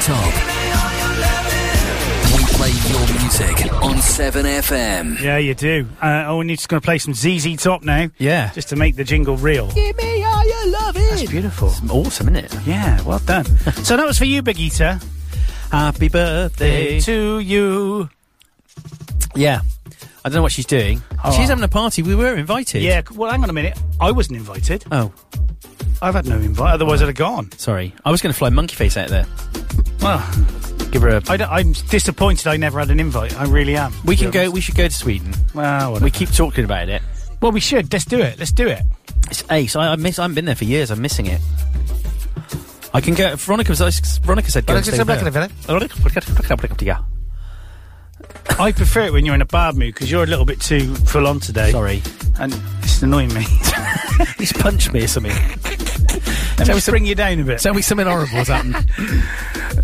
Speaker 2: top. We play your music on 7FM.
Speaker 5: Yeah, you do. Uh, oh, and you're just going to play some ZZ Top now.
Speaker 6: Yeah.
Speaker 5: Just to make the jingle real.
Speaker 6: Give me all your loving. That's
Speaker 5: beautiful.
Speaker 6: awesome, isn't it?
Speaker 5: Yeah, well done. so that was for you, Big Eater.
Speaker 6: Happy birthday.
Speaker 5: To you.
Speaker 6: Yeah. I don't know what she's doing. she's having a party. We were invited.
Speaker 5: Oh. Yeah, c- well, hang on a minute. I wasn't invited.
Speaker 6: Oh,
Speaker 5: I've had no invite, otherwise I'd have gone.
Speaker 6: sorry. I was going to fly monkey face out there.
Speaker 5: Well,
Speaker 6: Give her a.
Speaker 5: I am disappointed I never had an invite. I really am.
Speaker 6: we
Speaker 5: to
Speaker 6: can
Speaker 5: be
Speaker 6: go.
Speaker 5: honest.
Speaker 6: We should go to Sweden.
Speaker 5: Well,
Speaker 6: We
Speaker 5: whatever.
Speaker 6: keep talking about it.
Speaker 5: well, we should. Let's do it. Let's do it.
Speaker 6: It's ace. I, I miss. I haven't been there for years. I'm missing it. I can go. Veronica was. Veronica said. Go and stay with her.
Speaker 5: I prefer it when you're in a bad mood because you're a little bit too full on today.
Speaker 6: Sorry.
Speaker 5: And it's annoying me.
Speaker 6: He's punched me or something.
Speaker 5: Let me
Speaker 6: we some-
Speaker 5: bring you down a bit.
Speaker 6: Tell me something horrible's happened.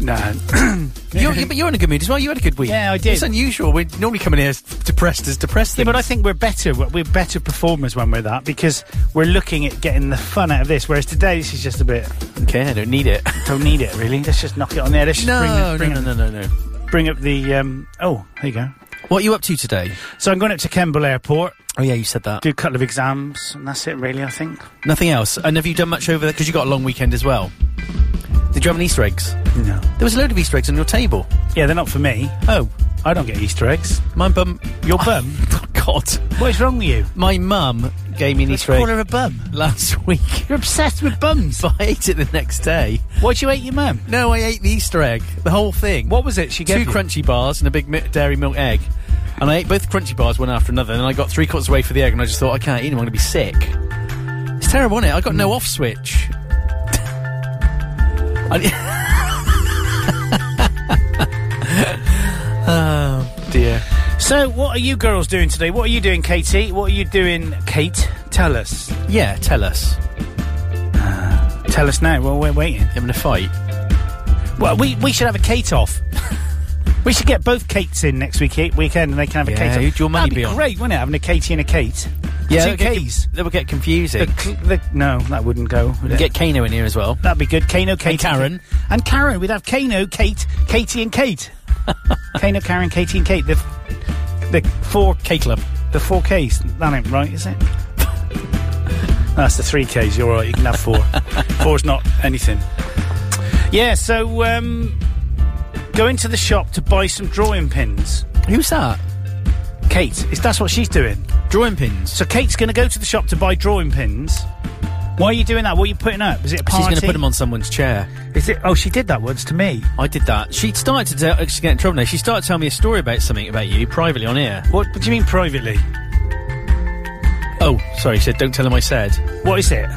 Speaker 5: no.
Speaker 6: you're, you- but you're in a good mood as well. You had a good week.
Speaker 5: Yeah, I did.
Speaker 6: It's unusual. We're normally coming here as depressed as depressed.
Speaker 5: Yeah, but I
Speaker 6: things.
Speaker 5: think we're better. We're we're better performers when we're that because we're looking at getting the fun out of this. Whereas today, this is just a bit.
Speaker 6: okay. I don't need it.
Speaker 5: Don't need it really. Let's just knock it on there. Let's just bring, the, bring, up,
Speaker 6: no, no, no, no.
Speaker 5: bring up the. Um, oh, there you go.
Speaker 6: What are you up to today?
Speaker 5: So I'm going up to Kemble Airport,
Speaker 6: Oh yeah, you said that.
Speaker 5: do a couple of exams, and that's it really. I think.
Speaker 6: Nothing else. And have you done much over there? Because you got a long weekend as well. Did you have any Easter eggs?
Speaker 5: No.
Speaker 6: There was a load of Easter eggs on your table.
Speaker 5: Yeah, they're not for me.
Speaker 6: Oh,
Speaker 5: I don't get Easter eggs.
Speaker 6: my bum.
Speaker 5: Your bum?
Speaker 6: Oh, God.
Speaker 5: What is wrong with you?
Speaker 6: My mum gave me an Easter
Speaker 5: Call
Speaker 6: egg
Speaker 5: her a bum.
Speaker 6: last week,
Speaker 5: You're obsessed with bums.
Speaker 6: but I ate it the next day.
Speaker 5: Why'd you hate your mum?
Speaker 6: No, I ate the Easter egg, the whole thing.
Speaker 5: What was it? She
Speaker 6: Two
Speaker 5: gave you?
Speaker 6: crunchy bars and a big mi- dairy milk egg. And I ate both crunchy bars one after another, and I got three quarters away for the egg, and I just thought, I can't eat them, I'm going to be sick. It's terrible, isn't it? I got
Speaker 5: Hmm.
Speaker 6: no off switch. I- oh, dear.
Speaker 5: So, what are you girls doing today? What are you doing, Katie? What are you doing, Kate? Tell us.
Speaker 6: Yeah, tell us.
Speaker 5: Tell us now. Well, we're waiting.
Speaker 6: I'm in a fight.
Speaker 5: Well, we, we should have a Kate off. we should get both Kates in next week eh, weekend, and they can have
Speaker 6: Yeah,
Speaker 5: a Kate.
Speaker 6: who'd
Speaker 5: off.
Speaker 6: your money
Speaker 5: That'd
Speaker 6: be on?
Speaker 5: Great, wouldn't it? Having a Katie and a Kate. two
Speaker 6: it'll get
Speaker 5: K's.
Speaker 6: con- That would get
Speaker 5: The
Speaker 6: confusing.
Speaker 5: cl- the- no, that wouldn't go. would it?
Speaker 6: Get Kano in here as well.
Speaker 5: That'd be good. Kano, Kate,
Speaker 6: Karen.
Speaker 5: and Karen. We'd have Kano, Kate, Katie, and Kate. Kano, Karen, Katie, and Kate. The the four
Speaker 6: K Club.
Speaker 5: the four Ks. That ain't right, is it? That's the three Ks. You're all right. You can have four. Four's not anything. Yeah. So um, go into the shop to buy some drawing pins.
Speaker 6: Who's that?
Speaker 5: Kate, is that's what she's doing.
Speaker 6: Drawing pins.
Speaker 5: So Kate's going to go to the shop to buy drawing pins. Why are you doing that? What are you putting up? Is it a party?
Speaker 6: She's going to put them on someone's chair.
Speaker 5: Is it? Oh, she did that once to me.
Speaker 6: I did that. She started to tell, she's getting in trouble now. She started telling me a story about something about you privately on air.
Speaker 5: What, what do you mean privately?
Speaker 6: Oh, sorry. She said, "Don't tell him I said."
Speaker 5: What is it?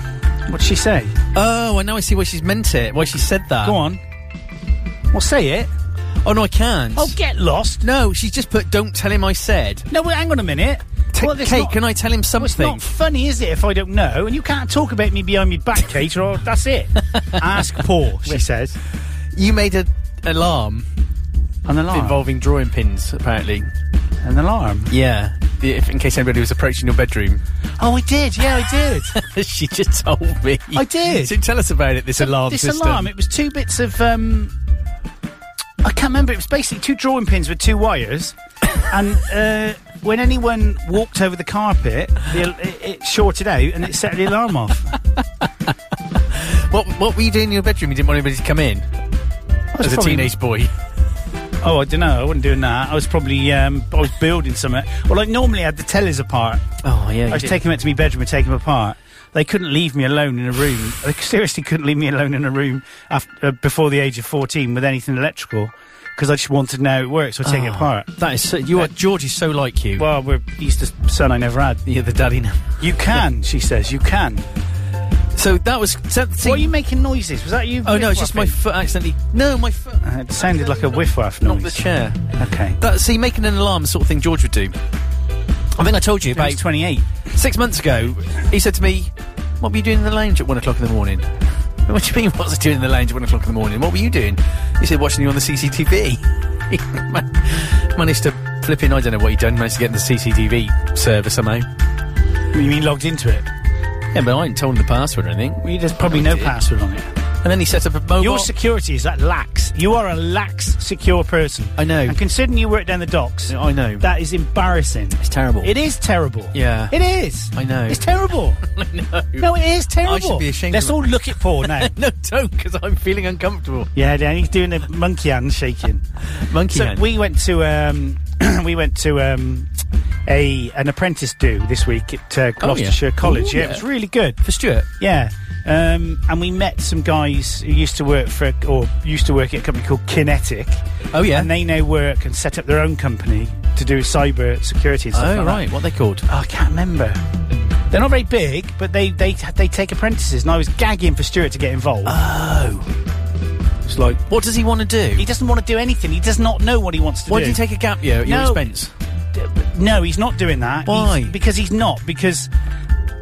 Speaker 5: What'd she say?
Speaker 6: Oh, I know. I see why she's meant it. Why she said that.
Speaker 5: Go on. Well, say it.
Speaker 6: Oh no, I can't.
Speaker 5: Oh, get lost.
Speaker 6: no, she's just put, "Don't tell him I said."
Speaker 5: No, well, hang on a minute.
Speaker 6: T-
Speaker 5: Well, it's
Speaker 6: Kate,
Speaker 5: not-
Speaker 6: can I tell
Speaker 5: well,
Speaker 6: him
Speaker 5: it's
Speaker 6: something?
Speaker 5: not funny, is it, if I don't know? And you can't talk about me behind my back, Kate, or that's it. Ask Paul, she says.
Speaker 6: you made an alarm
Speaker 5: An alarm.
Speaker 6: involving drawing pins, apparently.
Speaker 5: An alarm.
Speaker 6: Yeah. The- If, in case anybody was approaching your bedroom,
Speaker 5: Oh, I did. Yeah, I did.
Speaker 6: she just told me.
Speaker 5: I did.
Speaker 6: So tell us about it. This alarm
Speaker 5: this
Speaker 6: system.
Speaker 5: alarm. It was two bits of. Um, I can't remember. It was basically two drawing pins with two wires, and uh, when anyone walked over the carpet, the, al- it, it shorted out and it set the alarm off.
Speaker 6: What What were you doing in your bedroom? You didn't want anybody to come in
Speaker 5: was
Speaker 6: as a
Speaker 5: probably-
Speaker 6: teenage boy.
Speaker 5: Oh, I don't know. I wasn't doing that. I was probably um, I was building something. Well, I normally had the tellies apart.
Speaker 6: Oh yeah.
Speaker 5: I was taking them out to my bedroom and taking them apart. They couldn't leave me alone in a room. They seriously couldn't leave me alone in a room after, uh, before the age of fourteen with anything electrical because I just wanted to know how it works. So I
Speaker 6: Ah.
Speaker 5: take it apart.
Speaker 6: That is so, you are George is so like you.
Speaker 5: Uh, Well, we're he's the son I never had.
Speaker 6: You're the daddy now.
Speaker 5: You can, she says. You can.
Speaker 6: So that was. So, see-
Speaker 5: Why are you making noises? Was that you?
Speaker 6: oh no, it's just my
Speaker 5: whiff-waffing?
Speaker 6: foot accidentally. No, my foot.
Speaker 5: Uh, it sounded like a whiff waff
Speaker 6: Not
Speaker 5: noise.
Speaker 6: the chair.
Speaker 5: Okay.
Speaker 6: That see, making an alarm sort of thing George would do. I think I told you
Speaker 5: It was
Speaker 6: about
Speaker 5: 28.
Speaker 6: six months ago. He said to me, "What were you doing in the lounge at one o'clock in the morning?" What do you mean? What was I doing in the lounge at one o'clock in the morning? What were you doing? He said, "Watching you on the CCTV." He man- managed to flip in. I don't know what he done. Managed to get in the CCTV server somehow.
Speaker 5: You mean logged into it?
Speaker 6: Yeah, but I ain't told him the password or anything.
Speaker 5: Well, there's probably no
Speaker 6: did.
Speaker 5: password on it.
Speaker 6: And then he set up a mobile.
Speaker 5: Your security is that lax. You are a lax, secure person.
Speaker 6: I know.
Speaker 5: And considering you work down the docks,
Speaker 6: I know.
Speaker 5: that is embarrassing.
Speaker 6: It's terrible.
Speaker 5: It is terrible.
Speaker 6: Yeah.
Speaker 5: It is.
Speaker 6: I know.
Speaker 5: It's terrible. I know. No, it is terrible.
Speaker 6: I should be ashamed
Speaker 5: Let's
Speaker 6: of-
Speaker 5: all look at Paul now.
Speaker 6: no, don't, because I'm feeling uncomfortable.
Speaker 5: yeah, Dan, he's doing the monkey hand shaking.
Speaker 6: Monkey
Speaker 5: so
Speaker 6: hand.
Speaker 5: we went to um, we went to um, a an apprentice do this week at uh, Gloucestershire College.
Speaker 6: Oh, Ooh,
Speaker 5: yeah,
Speaker 6: yeah.
Speaker 5: it was really good.
Speaker 6: for Stuart.
Speaker 5: Yeah. Um, and we met some guys who used to work for or used to work at a company called Kinetic.
Speaker 6: Oh yeah.
Speaker 5: And they now work and set up their own company to do cyber security and stuff
Speaker 6: oh
Speaker 5: like that.
Speaker 6: right. What they called?
Speaker 5: Oh, I can't remember. They're not very big, but they they they take apprentices, and I was gagging for Stuart to get involved.
Speaker 6: Ah. It's like, what does he want to do?
Speaker 5: he doesn't want to do anything. He does not know what he wants to
Speaker 6: Why
Speaker 5: do.
Speaker 6: did he take a gap year at your
Speaker 5: No.
Speaker 6: expense?
Speaker 5: no, he's not doing that.
Speaker 6: Why?
Speaker 5: He's- because he's not. Because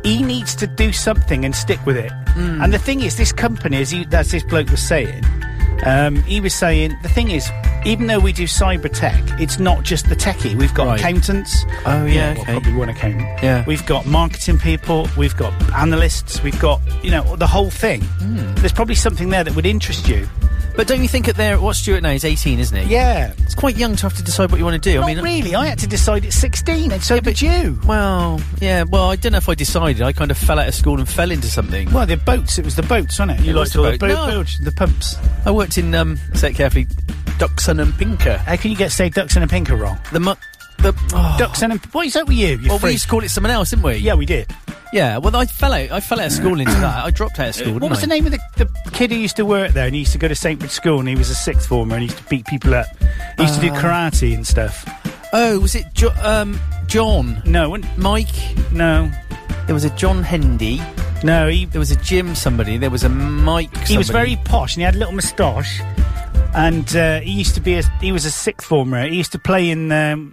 Speaker 5: he needs to do something and stick with it.
Speaker 6: Hmm.
Speaker 5: And the thing is, this company, as, he, as this bloke was saying, um, he was saying the thing is, even though we do cyber tech, it's not just the techie. We've got
Speaker 6: Right.
Speaker 5: accountants.
Speaker 6: Oh, yeah,
Speaker 5: well,
Speaker 6: okay.
Speaker 5: probably one accountant.
Speaker 6: Yeah.
Speaker 5: We've got marketing people. We've got analysts. We've got you know the whole thing.
Speaker 6: Hmm.
Speaker 5: There's probably something there that would interest you.
Speaker 6: But don't you think at their what Stuart now is 18, isn't he?
Speaker 5: Yeah.
Speaker 6: It's quite young to have to decide what you want to do.
Speaker 5: Not
Speaker 6: I mean,
Speaker 5: really. I had to decide at 16, and so did you.
Speaker 6: well, yeah. Well, I don't know if I decided. I kind of fell out of school and fell into something.
Speaker 5: Well, the boats. It was the boats, wasn't it? You
Speaker 6: It was
Speaker 5: liked
Speaker 6: the
Speaker 5: all the,
Speaker 6: boat.
Speaker 5: boat,
Speaker 6: No.
Speaker 5: boats, the pumps.
Speaker 6: I worked in um, say it carefully, Duxon and Pinker.
Speaker 5: How can you get say ducks and a pinker wrong?
Speaker 6: The mu- the oh.
Speaker 5: Ducks and a what is that with you? you
Speaker 6: Well, we
Speaker 5: freak.
Speaker 6: used to call it something else, didn't we?
Speaker 5: yeah, we did.
Speaker 6: Yeah. Well, I fell out. I fell out of school into that. I dropped out of school.
Speaker 5: What was the
Speaker 6: didn't I?
Speaker 5: name of the, the kid who used to work there? And he used to go to Saintwood School, and he was a sixth former, and he used to beat people up. He used to
Speaker 6: Uh.
Speaker 5: do karate and stuff.
Speaker 6: Oh, was it jo- um, John?
Speaker 5: No, it wasn't-
Speaker 6: Mike?
Speaker 5: no,
Speaker 6: There was a John Hendy.
Speaker 5: no. He
Speaker 6: There was a Jim somebody. There was a Mike. Somebody.
Speaker 5: he was very posh, and he had a little moustache. And uh, he used to be a he was a sixth former. He used to play in. Um,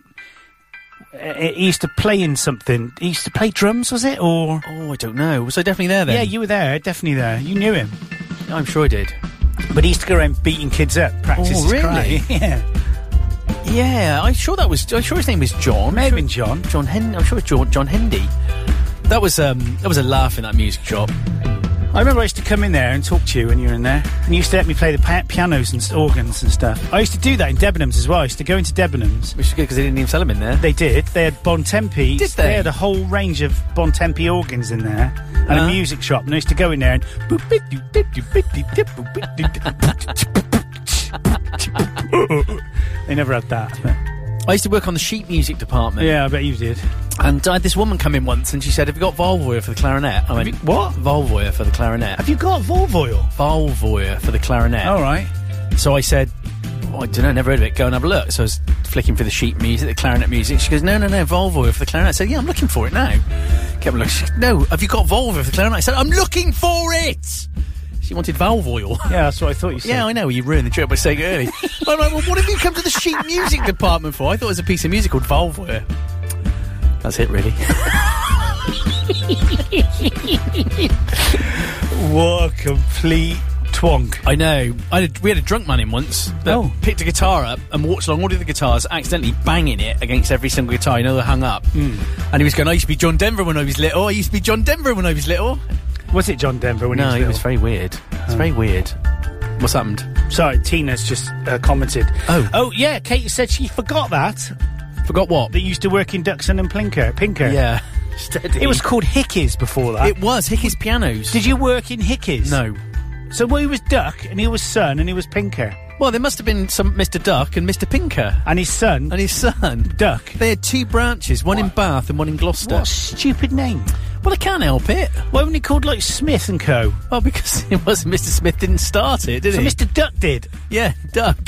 Speaker 5: uh, he used to play in something. He used to play drums, was it? Or
Speaker 6: Oh, I don't know. Was I definitely there then?
Speaker 5: yeah, you were there, definitely there. You knew him.
Speaker 6: I'm sure I did.
Speaker 5: But he used to go around beating kids up, practice
Speaker 6: Oh,
Speaker 5: his
Speaker 6: really?
Speaker 5: karate. yeah.
Speaker 6: Yeah, I'm sure that was. I'm sure his name was John.
Speaker 5: May have been John.
Speaker 6: John Hen. I'm sure it was John, John Hendy. That was um. That was a laugh in that music shop.
Speaker 5: I remember I used to come in there and talk to you when you were in there. And you used to let me play the pa- pianos and s- organs and stuff. I used to do that in Debenhams as well. I used to go into Debenhams.
Speaker 6: Which is good because they didn't even sell him in there.
Speaker 5: They did. They had Bontempi.
Speaker 6: Did they?
Speaker 5: had a whole range of Bontempi organs in there. And
Speaker 6: Huh?
Speaker 5: a music shop. And I used to go in there and... they never had that. but-
Speaker 6: I used to work on the sheet music department.
Speaker 5: yeah, I bet you did.
Speaker 6: And I had this woman come in once, and she said, "Have you got Valvoyer for the clarinet?" I went,
Speaker 5: you- what?
Speaker 6: Valvoyer for the clarinet.
Speaker 5: Have you got Volvo oil?
Speaker 6: Valvoyer for the clarinet."
Speaker 5: All right.
Speaker 6: So I said, oh, I don't know, never heard of it. Go and have a look. So I was flicking for the sheet music, the clarinet music. She goes, No, no, no, Volvo for the clarinet. I said, Yeah, I'm looking for it now. Kept looking. She said, No, have you got Volvo for the clarinet? I said, I'm looking for it. She wanted valve oil.
Speaker 5: Yeah, that's what I thought you said.
Speaker 6: Yeah, I know. You ruined the joke by saying it early. I'm like, well, what have you come to the sheet music department for? I thought it was a piece of music called Valvoyer. That's it, really.
Speaker 5: What a complete twonk.
Speaker 6: I know. I had, we had a drunk man in once that
Speaker 5: Oh.
Speaker 6: picked a guitar up and walked along all the other guitars, accidentally banging it against every single guitar. You know, they're hung up.
Speaker 5: Hmm.
Speaker 6: And he was going, I used to be John Denver when I was little. I used to be John Denver when I was little.
Speaker 5: Was it John Denver when
Speaker 6: no,
Speaker 5: he
Speaker 6: it was
Speaker 5: was little? Oh.
Speaker 6: very weird. It's very weird. What's happened?
Speaker 5: Sorry, Tina's just uh, commented.
Speaker 6: Oh.
Speaker 5: Oh, yeah, Kate said she forgot that.
Speaker 6: Forgot what?
Speaker 5: That used to work in Duxon and Plinker. Pinker.
Speaker 6: yeah. Steady.
Speaker 5: It was called Hickeys before that.
Speaker 6: It was Hickey's Pianos.
Speaker 5: Did you work in Hickeys?
Speaker 6: No.
Speaker 5: So well, he was Duck, and he was Son, and he was Pinker.
Speaker 6: Well, there must have been some Mr. Duck and Mr. Pinker
Speaker 5: And his son,
Speaker 6: and his son.
Speaker 5: Duck.
Speaker 6: They had two branches, one in Bath and one in Gloucester.
Speaker 5: What a stupid name.
Speaker 6: Well, I can't help it.
Speaker 5: Why wasn't he called, like, Smith and Co?
Speaker 6: Well, because it wasn't Mr. Smith didn't start it, did
Speaker 5: So
Speaker 6: he?
Speaker 5: Mr. Duck did.
Speaker 6: Yeah, duck.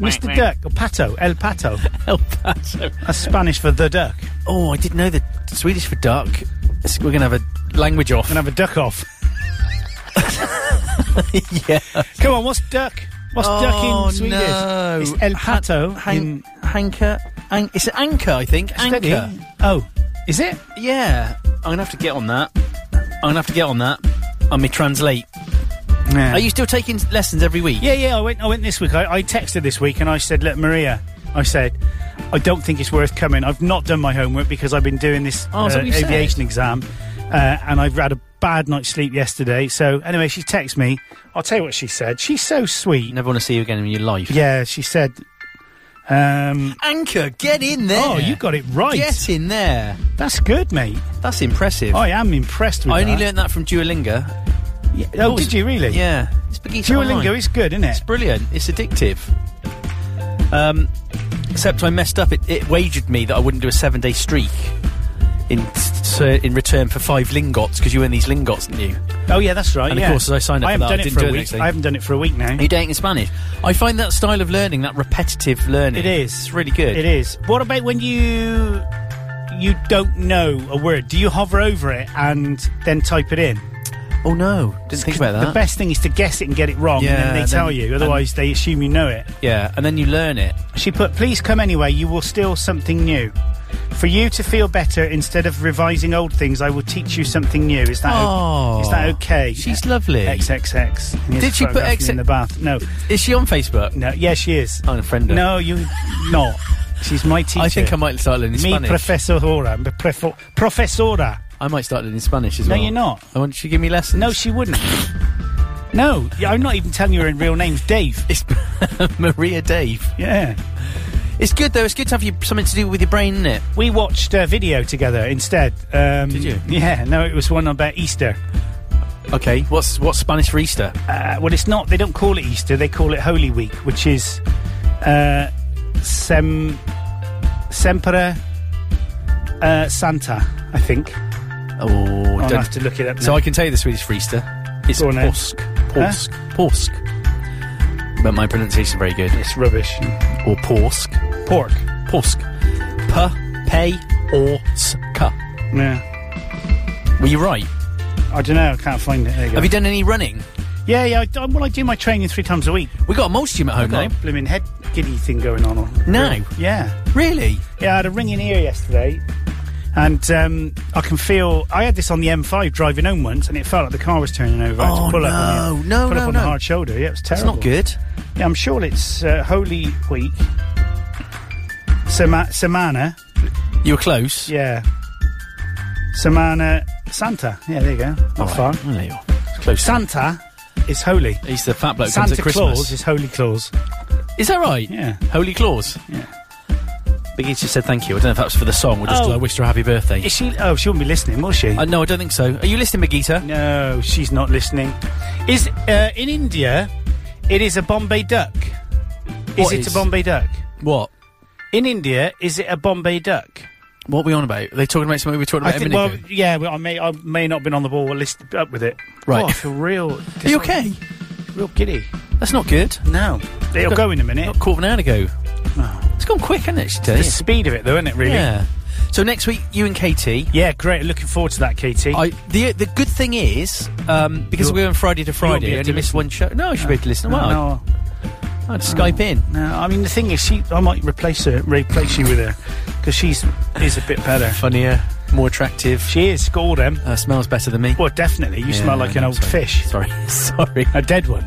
Speaker 5: Mr. Duck, or Pato, El Pato.
Speaker 6: El Paso.
Speaker 5: That's Spanish for the duck.
Speaker 6: Oh, I didn't know the Swedish for duck. It's- We're going to have a language off.
Speaker 5: And have a duck off.
Speaker 6: yeah. Oh,
Speaker 5: Come on, what's duck? What's duck in Swedish?
Speaker 6: No.
Speaker 5: It's El Pato.
Speaker 6: Han-
Speaker 5: in-
Speaker 6: hanker. An- it's an anchor, I think. Anchor.
Speaker 5: Steady. Oh, is it?
Speaker 6: Yeah. I'm going to have to get on that. I'm going to have to get on that. On me translate.
Speaker 5: Yeah.
Speaker 6: Are you still taking lessons every week?
Speaker 5: yeah, yeah. I went. I went this week. I, I texted this week and I said, "Look, Maria," I said, "I don't think it's worth coming. I've not done my homework because I've been doing this
Speaker 6: Oh, is that
Speaker 5: uh,
Speaker 6: what you said?
Speaker 5: aviation exam, uh, and I've had a bad night's sleep yesterday. So anyway, she texted me. I'll tell you what she said. She's so sweet.
Speaker 6: Never want to see you again in your life.
Speaker 5: Yeah, she said. Um,
Speaker 6: Anchor, get in there.
Speaker 5: Oh, you got it right.
Speaker 6: Get in there.
Speaker 5: That's good, mate.
Speaker 6: That's impressive.
Speaker 5: I am impressed with
Speaker 6: I
Speaker 5: that.
Speaker 6: only learned that from Duolingo.
Speaker 5: Yeah, oh, did you really?
Speaker 6: Yeah. It's Spaghetti Online.
Speaker 5: Duolingo is good, isn't it?
Speaker 6: It's brilliant. It's addictive. Um, except I messed up. It, it wagered me that I wouldn't do a seven day streak in so in return for five lingots because you earn these lingots, didn't you?
Speaker 5: Oh yeah, that's right.
Speaker 6: And of
Speaker 5: yeah.
Speaker 6: course, as I signed up
Speaker 5: I
Speaker 6: for
Speaker 5: haven't
Speaker 6: that, I
Speaker 5: done it
Speaker 6: didn't
Speaker 5: for
Speaker 6: do
Speaker 5: a
Speaker 6: it
Speaker 5: week.
Speaker 6: next week.
Speaker 5: I haven't done it for a week now.
Speaker 6: Are you doing it in Spanish? I find that style of learning, that repetitive learning,
Speaker 5: It is.
Speaker 6: It's really good.
Speaker 5: It is. What about when you you don't know a word? Do you hover over it and then type it in?
Speaker 6: Oh no, didn't think about that.
Speaker 5: The best thing is to guess it and get it wrong,
Speaker 6: Yeah,
Speaker 5: and then they
Speaker 6: then-
Speaker 5: tell you. Otherwise, they assume you know it.
Speaker 6: Yeah, and then you learn it.
Speaker 5: She put, "Please come anyway. You will steal something new." For you to feel better, instead of revising old things, I will teach you something new. Is that o-
Speaker 6: Oh,
Speaker 5: is that okay?
Speaker 6: she's lovely.
Speaker 5: XXX. And here's
Speaker 6: Did
Speaker 5: a
Speaker 6: she put
Speaker 5: photograph of me
Speaker 6: XX
Speaker 5: in the bath? No,
Speaker 6: Is she on Facebook?
Speaker 5: no. Yeah, she is.
Speaker 6: I'm a friend her.
Speaker 5: No, you not. She's my teacher.
Speaker 6: I think I might start learning
Speaker 5: Me
Speaker 6: Spanish.
Speaker 5: profesora, m- prefo- profesora.
Speaker 6: I might start learning Spanish as
Speaker 5: No,
Speaker 6: well.
Speaker 5: you're not.
Speaker 6: I want you to give me lessons.
Speaker 5: No, she wouldn't. No, yeah, I'm not even telling you her real name's Dave.
Speaker 6: it's Maria Dave.
Speaker 5: Yeah,
Speaker 6: It's good though. It's good to have you, something to do with your brain, isn't it?
Speaker 5: we watched a video together instead. Um,
Speaker 6: Did you?
Speaker 5: Yeah, no, it was one about Easter.
Speaker 6: Okay. What's what's Spanish for Easter?
Speaker 5: Uh, well, it's not. They don't call it Easter. They call it Holy Week, which is uh, sem sempre uh, Santa, I think.
Speaker 6: Oh, don't.
Speaker 5: I'll have to look it up.
Speaker 6: So
Speaker 5: now.
Speaker 6: I can tell you the Swedish for Easter. It's
Speaker 5: Go on then.
Speaker 6: påsk. Påsk. Påsk. But my pronunciation very good.
Speaker 5: it's rubbish.
Speaker 6: Or påsk.
Speaker 5: Pork.
Speaker 6: Påsk. P, pay, or ska.
Speaker 5: Yeah,
Speaker 6: Were you right?
Speaker 5: I don't know. I can't find it. There you go.
Speaker 6: Have you done any running?
Speaker 5: Yeah, yeah. I, d- well, I do my training three times a week.
Speaker 6: We got a multium at home now.
Speaker 5: Got a blooming head giddy thing going on.
Speaker 6: No.
Speaker 5: Yeah.
Speaker 6: Really?
Speaker 5: Yeah, I had a ringing ear yesterday. And um, I can feel. I had this on the M5 driving home once, and it felt like the car was turning over. I had to
Speaker 6: Oh,
Speaker 5: pull up on
Speaker 6: no.
Speaker 5: it,
Speaker 6: No,
Speaker 5: pull up
Speaker 6: no,
Speaker 5: on the
Speaker 6: no.
Speaker 5: hard shoulder. Yeah, it was
Speaker 6: It's
Speaker 5: terrible.
Speaker 6: not good.
Speaker 5: Yeah, I'm sure it's uh, Holy Week. Sema- Semana,
Speaker 6: You were close.
Speaker 5: yeah. Semana Santa. Yeah, there you go. Not
Speaker 6: All
Speaker 5: far.
Speaker 6: right. Well, there you are. It's Close.
Speaker 5: Santa is holy.
Speaker 6: He's the fat bloke who comes
Speaker 5: Santa
Speaker 6: at Christmas.
Speaker 5: Claus is Holy Claus.
Speaker 6: Is that right?
Speaker 5: Yeah.
Speaker 6: Holy Claus.
Speaker 5: Yeah.
Speaker 6: Biggie's just said thank you. I don't know if that was for the song or just
Speaker 5: Oh.
Speaker 6: I wished her a happy birthday.
Speaker 5: Is she? Oh, she wouldn't be listening, will she?
Speaker 6: Uh, no, I don't think so. Are you listening, Biggita?
Speaker 5: No, she's not listening. Is uh, in India, it is a Bombay duck. Is
Speaker 6: What
Speaker 5: it
Speaker 6: is?
Speaker 5: a Bombay duck?
Speaker 6: What?
Speaker 5: In India, is it a Bombay duck?
Speaker 6: What are we on about? Are they talking about something we were talking about
Speaker 5: I
Speaker 6: a
Speaker 5: think.
Speaker 6: minute
Speaker 5: Well,
Speaker 6: ago?
Speaker 5: yeah, well, I may I may not have been on the ball. Well, list up with it.
Speaker 6: Right.
Speaker 5: Oh, I feel real.
Speaker 6: Are you okay?
Speaker 5: Real giddy.
Speaker 6: That's not good.
Speaker 5: No, it'll go in a minute.
Speaker 6: Not quarter of an hour ago. It's gone quick, hasn't it? Should tell
Speaker 5: The
Speaker 6: you?
Speaker 5: speed of it, though, isn't it? Really.
Speaker 6: Yeah. So next week, you and Katie.
Speaker 5: Yeah, great. Looking forward to that, Katie.
Speaker 6: I, the the good thing is um, because
Speaker 5: You'll-
Speaker 6: we're on Friday to
Speaker 5: be
Speaker 6: Friday, I
Speaker 5: able to
Speaker 6: only missed one show. No, I should be able to listen.
Speaker 5: No,
Speaker 6: Well,
Speaker 5: no,
Speaker 6: I'd Skype in.
Speaker 5: no, I mean the thing is, she. I might replace her, replace you with her, because she's is a bit better.
Speaker 6: Funnier, more attractive.
Speaker 5: She is. Got all them.
Speaker 6: Uh, smells better than me.
Speaker 5: Well, definitely. You smell like an old fish.
Speaker 6: Sorry, sorry.
Speaker 5: A dead one.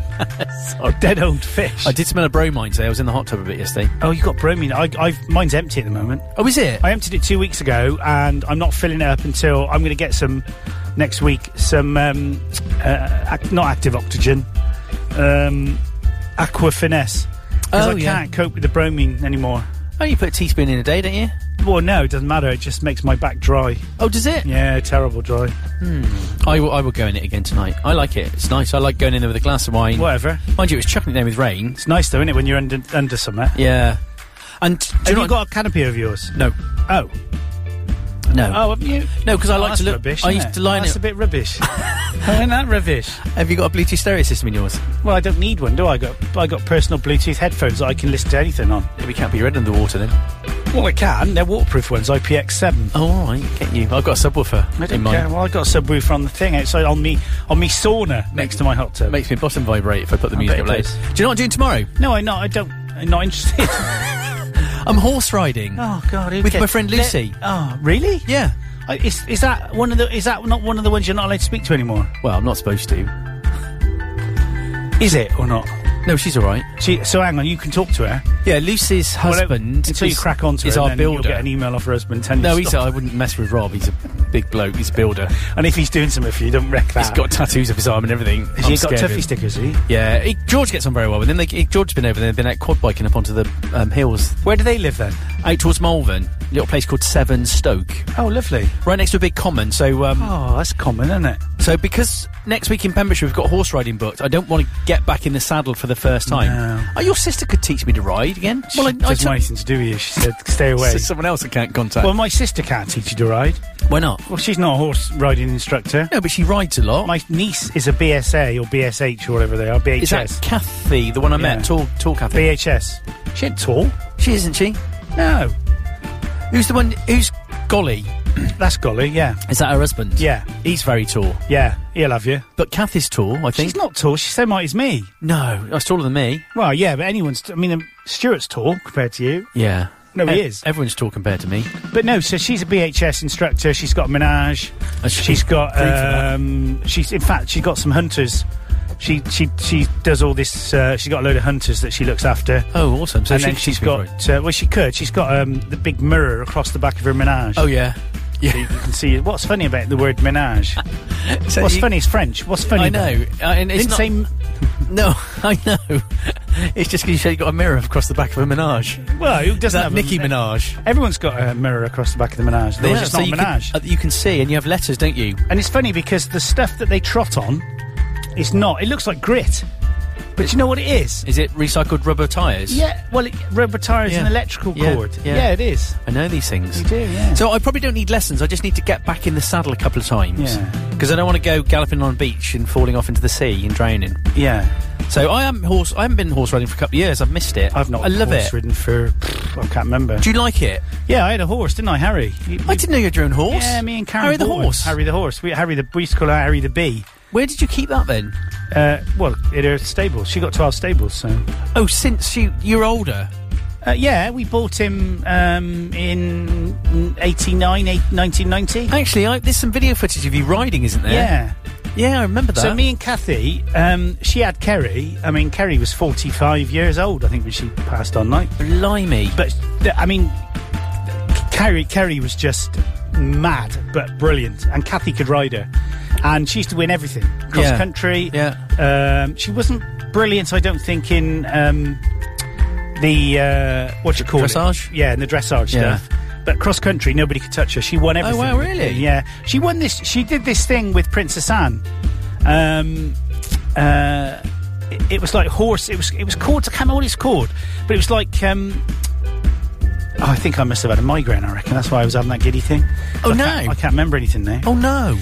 Speaker 6: Sorry.
Speaker 5: A dead old fish.
Speaker 6: I did smell a bromine today. I was in the hot tub a bit yesterday.
Speaker 5: Oh, you got bromine. I, I've, mine's empty at the moment.
Speaker 6: Oh, is it?
Speaker 5: I emptied it two weeks ago, and I'm not filling it up until I'm going to get some next week. Some um, uh, ac- not active oxygen, um, aqua finesse. Because
Speaker 6: Oh,
Speaker 5: I
Speaker 6: yeah.
Speaker 5: can't cope with the bromine anymore.
Speaker 6: oh, you put a teaspoon in a day, don't you?
Speaker 5: Well, no, it doesn't matter. It just makes my back dry.
Speaker 6: Oh, does it?
Speaker 5: Yeah, terrible dry.
Speaker 6: I will, I will go in it again tonight. I like it. It's nice. I like going in there with a glass of wine.
Speaker 5: Whatever.
Speaker 6: Mind you, it was chucking it down with rain.
Speaker 5: It's nice though, isn't it, when you're under under summer?
Speaker 6: Yeah. And do
Speaker 5: Have
Speaker 6: know
Speaker 5: you
Speaker 6: what-
Speaker 5: got a canopy of yours?
Speaker 6: no,
Speaker 5: Oh,
Speaker 6: no,
Speaker 5: oh, have you?
Speaker 6: no? Because I
Speaker 5: Oh,
Speaker 6: like
Speaker 5: that's
Speaker 6: to look.
Speaker 5: Rubbish,
Speaker 6: I
Speaker 5: isn't
Speaker 6: used
Speaker 5: it?
Speaker 6: to line
Speaker 5: That's
Speaker 6: it.
Speaker 5: a bit rubbish. oh, isn't that rubbish?
Speaker 6: Have you got a Bluetooth stereo system in yours?
Speaker 5: Well, I don't need one, do I? I got I got personal Bluetooth headphones that I can listen to anything on.
Speaker 6: Yeah, we can't be red under the water then.
Speaker 5: Well, I can. They're waterproof ones, IPX7.
Speaker 6: Oh, all right, get you. I've got a subwoofer
Speaker 5: I
Speaker 6: in
Speaker 5: don't
Speaker 6: mine.
Speaker 5: care. Well, I got a subwoofer on the thing outside on me on me sauna next to my hot tub.
Speaker 6: Makes my bottom vibrate if I put the
Speaker 5: I
Speaker 6: music
Speaker 5: bet
Speaker 6: up
Speaker 5: it
Speaker 6: loud.
Speaker 5: does.
Speaker 6: Do you know what I'm doing tomorrow?
Speaker 5: No, I not. I don't. I'm not interested.
Speaker 6: I'm horse riding.
Speaker 5: oh God! who
Speaker 6: With
Speaker 5: cares?
Speaker 6: my friend
Speaker 5: Let-
Speaker 6: Lucy.
Speaker 5: oh, really?
Speaker 6: Yeah.
Speaker 5: I, is is that one of the? Is that not one of the ones you're not allowed to speak to anymore?
Speaker 6: Well, I'm not supposed to.
Speaker 5: Is it or not?
Speaker 6: No, she's all right.
Speaker 5: She, so hang on, you can talk to her.
Speaker 6: Yeah, Lucy's
Speaker 5: Well,
Speaker 6: husband
Speaker 5: until you
Speaker 6: is-
Speaker 5: crack on to
Speaker 6: is
Speaker 5: her,
Speaker 6: our
Speaker 5: then
Speaker 6: builder.
Speaker 5: you'll get an email off her husband. Telling
Speaker 6: no,
Speaker 5: you
Speaker 6: he's.
Speaker 5: stop.
Speaker 6: I wouldn't mess with Rob. He's a big bloke. He's a builder.
Speaker 5: And if he's doing something for you, don't wreck that.
Speaker 6: He's got tattoos of his arm and everything.
Speaker 5: Has
Speaker 6: I'm
Speaker 5: he got
Speaker 6: scared of him.
Speaker 5: toughy stickers, has he?
Speaker 6: Yeah, he, George gets on very well with him. They, he- George's been over there, been out quad biking up onto the um, hills,
Speaker 5: Where do they live then?
Speaker 6: out towards Malvern, a little place called Severn Stoke,
Speaker 5: Oh, lovely.
Speaker 6: right next to a big common. So, um,
Speaker 5: Oh, that's common, isn't it?
Speaker 6: so because next week in Pembrokeshire we've got horse riding booked, I don't want to get back in the saddle for the first time.
Speaker 5: No.
Speaker 6: Oh, your sister could teach me to ride again.
Speaker 5: Well,
Speaker 6: I,
Speaker 5: it doesn't want anything to do with you. She said, stay away.
Speaker 6: It's someone else I can't contact.
Speaker 5: well, my sister can't teach you to ride.
Speaker 6: Why not?
Speaker 5: Well, she's not a horse riding instructor.
Speaker 6: No, but she rides a lot.
Speaker 5: My niece is a BSA or BSH or whatever they are. BHS.
Speaker 6: Is that Kathy, the one I
Speaker 5: Yeah.
Speaker 6: met? Tall, tall Kathy.
Speaker 5: BHS. She ain't tall.
Speaker 6: she isn't she?
Speaker 5: No.
Speaker 6: Who's the one? Who's Golly?
Speaker 5: That's golly, yeah.
Speaker 6: Is that her husband?
Speaker 5: Yeah.
Speaker 6: he's very tall.
Speaker 5: Yeah, he'll have you.
Speaker 6: But Kathy's tall, I think.
Speaker 5: She's not tall. She's the same height as me.
Speaker 6: No, that's taller than me.
Speaker 5: Well, yeah, but anyone's. I mean, um, Stuart's tall compared to you.
Speaker 6: Yeah. E-
Speaker 5: No, he is.
Speaker 6: Everyone's tall compared to me.
Speaker 5: But no, so she's a BHS instructor. She's got a menage.
Speaker 6: Uh, she-
Speaker 5: She's got.
Speaker 6: Proof of that.
Speaker 5: Um, she's in fact she's got some hunters. She she she does all this. Uh, she's got a load of hunters that she looks after.
Speaker 6: Oh, awesome. So
Speaker 5: and
Speaker 6: she,
Speaker 5: then
Speaker 6: she's
Speaker 5: she's got. Uh, well, she could. She's got um, the big mirror across the back of her menage.
Speaker 6: Oh, yeah.
Speaker 5: So you can see what's funny about the word menage.
Speaker 6: So
Speaker 5: what's
Speaker 6: Uh, you-
Speaker 5: funny is French. What's funny?
Speaker 6: I
Speaker 5: about-
Speaker 6: know. Uh, and it's
Speaker 5: Didn't
Speaker 6: not,
Speaker 5: say m-
Speaker 6: no, I know. it's just because you said you got a mirror across the back of a menage.
Speaker 5: well, who doesn't
Speaker 6: That
Speaker 5: have a-
Speaker 6: Nicki Minaj.
Speaker 5: Everyone's got a mirror across the back of the menage. Otherwise, it's
Speaker 6: so
Speaker 5: not a
Speaker 6: you
Speaker 5: menage.
Speaker 6: Can, uh, you can see, and you have letters, don't you?
Speaker 5: And it's funny because the stuff that they trot on, it's not. It looks like grit, but you know what it is?
Speaker 6: Is it recycled rubber tyres?
Speaker 5: Yeah, well, it, rubber tyres
Speaker 6: Yeah.
Speaker 5: and electrical
Speaker 6: Yeah,
Speaker 5: cord.
Speaker 6: yeah.
Speaker 5: it is.
Speaker 6: I know these things.
Speaker 5: You do, yeah.
Speaker 6: So I probably don't need lessons. I just need to get back in the saddle a couple of times.
Speaker 5: Yeah.
Speaker 6: Because I don't want to go galloping on a beach and falling off into the sea and drowning.
Speaker 5: Yeah,
Speaker 6: So I am horse. I haven't been horse riding for a couple of years. I've missed it.
Speaker 5: I've not.
Speaker 6: I love
Speaker 5: horse
Speaker 6: it.
Speaker 5: Ridden for pff, I can't remember.
Speaker 6: Do you like it?
Speaker 5: Yeah, I had a horse, didn't I, Harry? You-
Speaker 6: I didn't know you had your own horse.
Speaker 5: Yeah, me and Karen.
Speaker 6: Harry the
Speaker 5: bought one.
Speaker 6: horse.
Speaker 5: Harry the horse. We Harry the we used to call her Harry the bee.
Speaker 6: Where did you keep that then?
Speaker 5: Uh, well, at her stable. She got twelve stables, so.
Speaker 6: Oh, since you you're older.
Speaker 5: Uh, yeah, we bought him um, in 89, eight- 1990.
Speaker 6: Actually, I, there's some video footage of you riding, isn't there?
Speaker 5: Yeah.
Speaker 6: yeah, I remember that.
Speaker 5: So me and Kathy, um, she had Kerry. I mean, Kerry was forty-five years old, I think, when she passed on. Like,
Speaker 6: blimey.
Speaker 5: but th- I mean, Kerry Kerry was just mad, but brilliant. And Kathy could ride her, and she used to win everything cross
Speaker 6: Yeah.
Speaker 5: country.
Speaker 6: Yeah.
Speaker 5: Um, she wasn't brilliant, I don't think, in um, the uh, what you call
Speaker 6: Dressage?
Speaker 5: it? Yeah, in the dressage
Speaker 6: Yeah. Oh,
Speaker 5: stuff. But cross country, nobody could touch her. She won everything.
Speaker 6: wow, really?
Speaker 5: Yeah, she won this. She did this thing with Princess Anne. Um, uh, it, it was like horse. It was it was called. I can't remember what it's called, but it was like. Um, oh, I think I must have had a migraine. I reckon that's why I was having that giddy thing.
Speaker 6: Oh,
Speaker 5: I can't-
Speaker 6: no.
Speaker 5: I can't remember anything now.
Speaker 6: oh no.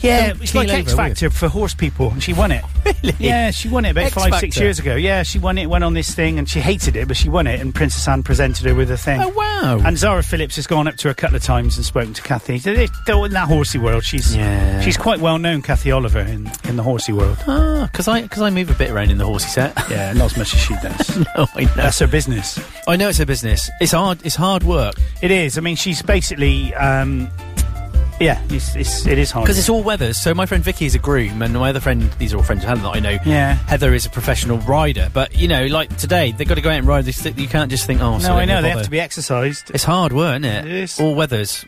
Speaker 5: Yeah,
Speaker 6: Don't
Speaker 5: it's like
Speaker 6: keel over,
Speaker 5: X
Speaker 6: will you?
Speaker 5: Factor for horse people, and she won it.
Speaker 6: Really?
Speaker 5: Yeah, she won it about
Speaker 6: X
Speaker 5: five, six
Speaker 6: Factor.
Speaker 5: years ago. Yeah, she won it, went on this thing, and she hated it, but she won it, and Princess Anne presented her with a thing.
Speaker 6: Oh wow.
Speaker 5: And Zara Phillips has gone up to her a couple of times and spoken to Kathy. So they- they're In that horsey world, she's
Speaker 6: Yeah.
Speaker 5: she's quite well known, Kathy Oliver, in, in the horsey world.
Speaker 6: Ah, because I because I move a bit around in the horsey set.
Speaker 5: Yeah, not as much as she does.
Speaker 6: oh, I know.
Speaker 5: That's her business.
Speaker 6: I know it's a business. It's hard. It's hard work
Speaker 5: It is. I mean, she's basically, um, yeah, it's, it's, it is hard.
Speaker 6: because it's all weathers. So my friend Vicky is a groom, and my other friend, these are all friends of Helen that I know.
Speaker 5: Yeah.
Speaker 6: Heather is a professional rider, but you know, like today, they've got to go out and ride this. Thing. You can't just think, oh,
Speaker 5: no, I know they have to be exercised.
Speaker 6: It's hard work, isn't it?
Speaker 5: It is.
Speaker 6: All weathers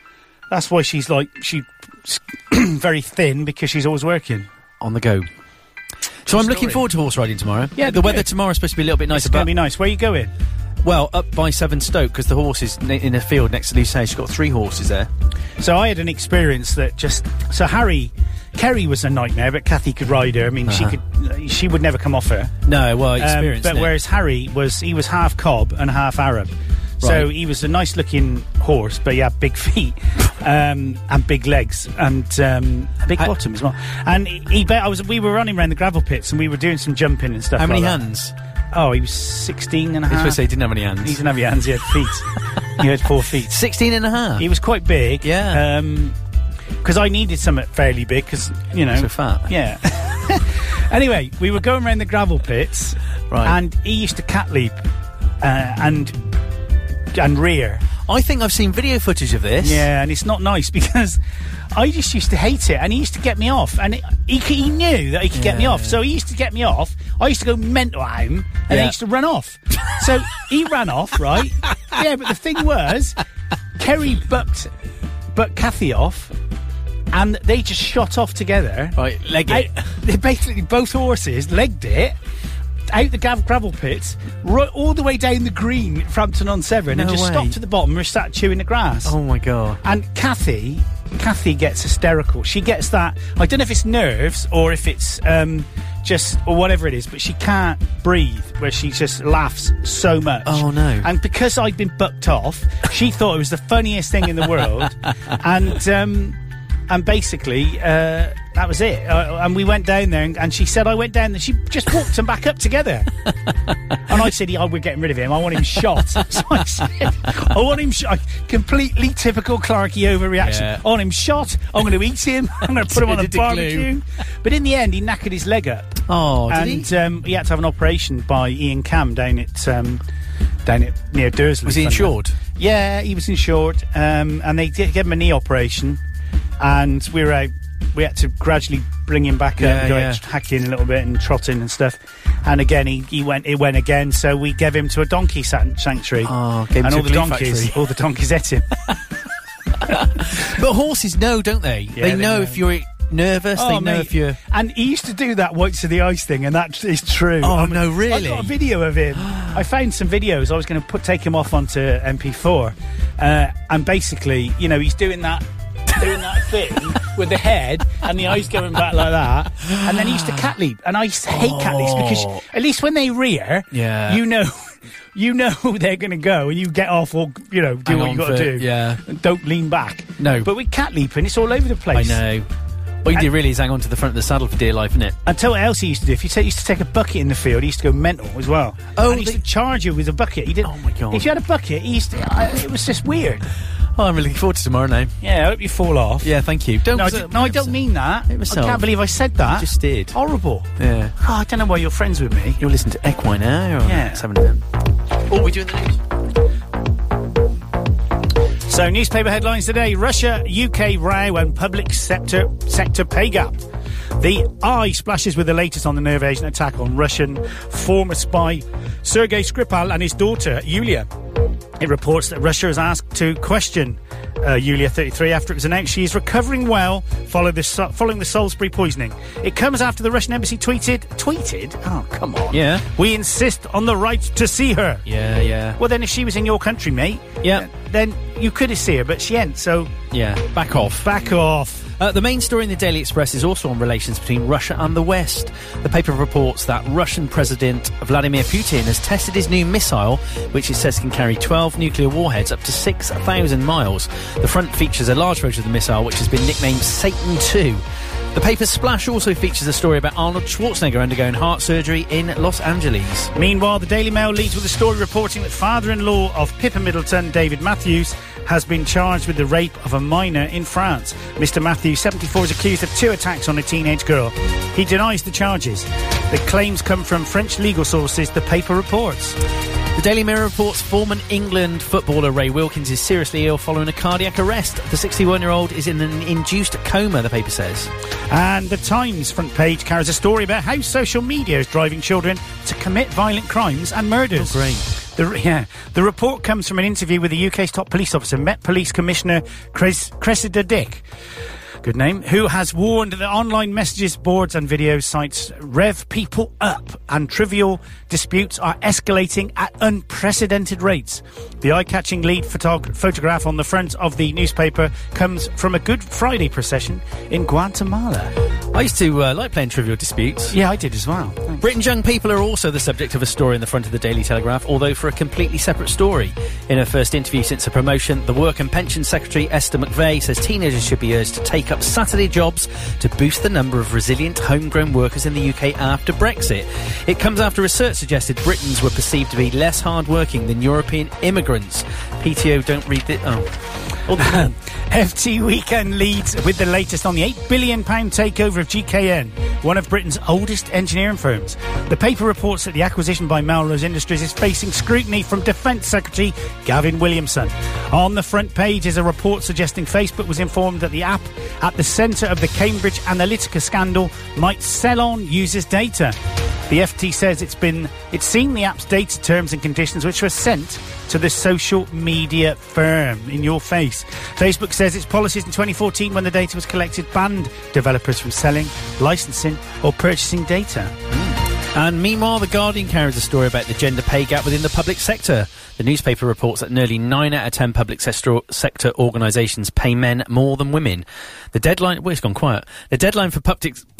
Speaker 5: That's why she's like she very thin because she's always working.
Speaker 6: on the go. So I'm looking
Speaker 5: story.
Speaker 6: forward to horse riding tomorrow.
Speaker 5: Yeah,
Speaker 6: the
Speaker 5: it'd be
Speaker 6: weather
Speaker 5: good.
Speaker 6: tomorrow is supposed to be a little bit nicer,
Speaker 5: It's going
Speaker 6: but
Speaker 5: to be nice. Where are you going?
Speaker 6: well, up by Seven Stoke because the horse is n- in a field next to Lucy. She's got three horses there.
Speaker 5: So I had an experience that just so Harry Kerry was a nightmare, but Kathy could ride her. I mean, she could she would never come off her.
Speaker 6: No, well,
Speaker 5: Um,
Speaker 6: experience.
Speaker 5: but
Speaker 6: innit?
Speaker 5: whereas Harry was he was half cob and half Arab. So
Speaker 6: Right.
Speaker 5: he was a nice looking horse, but he had big feet um, and big legs and um, a big
Speaker 6: How-
Speaker 5: bottom as well. And he, he bet I was we were running around the gravel pits and we were doing some jumping and stuff.
Speaker 6: how many
Speaker 5: like that.
Speaker 6: hands?
Speaker 5: Oh, he was 16 and a
Speaker 6: It's
Speaker 5: half.
Speaker 6: supposed to say he didn't have any
Speaker 5: He
Speaker 6: hands.
Speaker 5: didn't have your hands, he had feet. he had four feet.
Speaker 6: 16 and a half.
Speaker 5: He was quite big.
Speaker 6: Yeah.
Speaker 5: Because I needed something fairly big, because, you know.
Speaker 6: So fat.
Speaker 5: Yeah. anyway, we were going around the gravel pits,
Speaker 6: Right.
Speaker 5: and he used to cat leap uh, and and rear.
Speaker 6: I think I've seen video footage of this.
Speaker 5: Yeah, and it's not nice because I just used to hate it, and he used to get me off, and it, he, c- he knew that he could get me off, so he used to get me off. I used to go mental at him, and
Speaker 6: Yeah.
Speaker 5: he used to run off. so he ran off, right? Yeah, but the thing was, Kerry bucked, bucked Kathy off, and they just shot off together.
Speaker 6: Right, leg it.
Speaker 5: Out- they basically both horses legged it out the gav- gravel pits, right all the way down the green at Frampton on Severn, and
Speaker 6: No
Speaker 5: just
Speaker 6: way.
Speaker 5: stopped at the bottom and sat chewing the grass.
Speaker 6: Oh my god.
Speaker 5: And Kathy, Kathy gets hysterical. She gets that. I don't know if it's nerves or if it's um, just or whatever it is, but she can't breathe. Where she just laughs so much.
Speaker 6: Oh, no.
Speaker 5: And because I'd been bucked off, she thought it was the funniest thing in the world, and. Um, and basically, uh, that was it. Uh, and we went down there, and, and she said, I went down there. She just walked them back up together. And I said, yeah, we're getting rid of him. I want him shot. so I said, I want him shot. Completely typical Clarky overreaction.
Speaker 6: Yeah.
Speaker 5: I want him shot. I'm going to eat him. I'm going to put him on a
Speaker 6: Did the glue.
Speaker 5: barbecue. But in the end, he knackered his leg up.
Speaker 6: Oh, did
Speaker 5: and
Speaker 6: he?
Speaker 5: Um, he had to have an operation by Ian Cam down at, um, down at near Dursley.
Speaker 6: Was he
Speaker 5: funny enough.
Speaker 6: insured?
Speaker 5: Yeah, he was insured, um, and they did give him a knee operation, and we were out. We had to gradually bring him back up,
Speaker 6: Yeah,
Speaker 5: and go
Speaker 6: yeah.
Speaker 5: out hacking a little bit and trotting and stuff. And again, he, he went. It went again. So we gave him to a donkey san- sanctuary,
Speaker 6: Oh, gave him
Speaker 5: and
Speaker 6: to
Speaker 5: all
Speaker 6: a
Speaker 5: the
Speaker 6: glue
Speaker 5: donkeys,
Speaker 6: factory.
Speaker 5: all the donkeys ate him.
Speaker 6: But horses know, don't they? they,
Speaker 5: they
Speaker 6: know
Speaker 5: know.
Speaker 6: if you're nervous. they know
Speaker 5: Oh, mate.
Speaker 6: if you're.
Speaker 5: And he used to do that whites of the ice thing, and that is true.
Speaker 6: Oh,
Speaker 5: I'm-
Speaker 6: no, really?
Speaker 5: I got a video of him. I found some videos. I was going to put take him off onto MP4, uh, and basically, you know, he's doing that. Doing that thing with the head and the eyes going back like that, and then he used to cat leap, and I used to hate cat leaps because at least when they rear,
Speaker 6: Oh. Yeah.
Speaker 5: you know, you know they're going to go, and you get off or you know do
Speaker 6: Hang
Speaker 5: what
Speaker 6: on
Speaker 5: you got
Speaker 6: for-
Speaker 5: to do,
Speaker 6: yeah.
Speaker 5: And don't lean back,
Speaker 6: No.
Speaker 5: But with cat leaping, it's all over the
Speaker 6: I
Speaker 5: place.
Speaker 6: know. All you do really is hang on to the front of the saddle for dear life, isn't it?
Speaker 5: And tell what else he used to do. If you ta- used to take a bucket in the field, he used to go mental as well.
Speaker 6: Oh,
Speaker 5: and he used
Speaker 6: they-
Speaker 5: to charge you with a bucket. He did.
Speaker 6: Oh, my God.
Speaker 5: If you had a bucket, he used to. I, it was just weird.
Speaker 6: Oh, I'm really looking forward to tomorrow now.
Speaker 5: Yeah, I hope you fall off.
Speaker 6: Yeah, thank you. Don't.
Speaker 5: No, I, di- no, I don't mean that.
Speaker 6: It was
Speaker 5: I
Speaker 6: so-
Speaker 5: can't believe I said that.
Speaker 6: just did.
Speaker 5: Horrible.
Speaker 6: Yeah.
Speaker 5: Oh, I don't know why you're friends with me.
Speaker 6: You're listening to Equine now. or-
Speaker 5: Yeah.
Speaker 6: Let's have a look. Oh, we're doing the news.
Speaker 5: So, newspaper headlines today: Russia, UK row, and public sector sector pay gap. The eye splashes with the latest on the nerve agent attack on Russian former spy Sergei Skripal and his daughter Yulia. It reports that Russia has asked to question uh, Yulia 33 after it was announced she is recovering well follow the, Su- following the Salisbury poisoning. It comes after the Russian embassy tweeted, tweeted, oh come on,
Speaker 6: Yeah.
Speaker 5: we insist on the right to see her.
Speaker 6: Yeah, yeah,
Speaker 5: Well, then, if she was in your country, mate,
Speaker 6: Yeah.
Speaker 5: then you could have seen her, but she ain't. So
Speaker 6: yeah. Back off.
Speaker 5: back off.
Speaker 6: Uh, the main story in the Daily Express is also on relations between Russia and the West. The paper reports that Russian President Vladimir Putin has tested his new missile, which it says can carry 12 nuclear warheads up to 6,000 miles. The front features a large photo of the missile, which has been nicknamed Satan 2. The paper's splash also features a story about Arnold Schwarzenegger undergoing heart surgery in Los Angeles.
Speaker 5: Meanwhile, the Daily Mail leads with a story reporting that father in law of Pippa Middleton, David Matthews, has been charged with the rape of a minor in France. Mr. Matthews, 74, is accused of two attacks on a teenage girl. He denies the charges. The claims come from French legal sources, the paper reports.
Speaker 6: The Daily Mirror reports former England footballer Ray Wilkins is seriously ill following a cardiac arrest. The 61 year old is in an induced coma, the paper says.
Speaker 5: And the Times front page carries a story about how social media is driving children to commit violent crimes and murders.
Speaker 6: Oh, great.
Speaker 5: The, yeah, the report comes from an interview with the UK's top police officer, Met Police Commissioner Cres- Cressida Dick. Good name. Who has warned that online messages, boards, and video sites rev people up, and trivial disputes are escalating at unprecedented rates. The eye catching lead photog- photograph on the front of the newspaper comes from a Good Friday procession in Guatemala.
Speaker 6: I used to uh, like playing Trivial Disputes.
Speaker 5: Yeah, I did as well.
Speaker 6: Britain's young people are also the subject of a story in the front of the Daily Telegraph, although for a completely separate story. In her first interview since her promotion, the Work and Pension Secretary Esther McVeigh says teenagers should be urged to take up Saturday jobs to boost the number of resilient homegrown workers in the UK after Brexit. It comes after research suggested Britons were perceived to be less hardworking than European immigrants. PTO don't read it. Oh. Oh, come on.
Speaker 5: FT Weekend leads with the latest on the £8 billion takeover of GKN, one of Britain's oldest engineering firms. The paper reports that the acquisition by Melrose Industries is facing scrutiny from Defence Secretary Gavin Williamson. On the front page is a report suggesting Facebook was informed that the app at the centre of the Cambridge Analytica scandal might sell on users' data. The FT says it's been it's seen the app's data terms and conditions which were sent to the social media firm in your face. Facebook says its policies in 2014 when the data was collected banned developers from selling, licensing or purchasing data.
Speaker 6: And meanwhile, The Guardian carries a story about the gender pay gap within the public sector. The newspaper reports that nearly 9 out of 10 public sector, sector organisations pay men more than women. The deadline. Well, it's gone quiet. The deadline for public.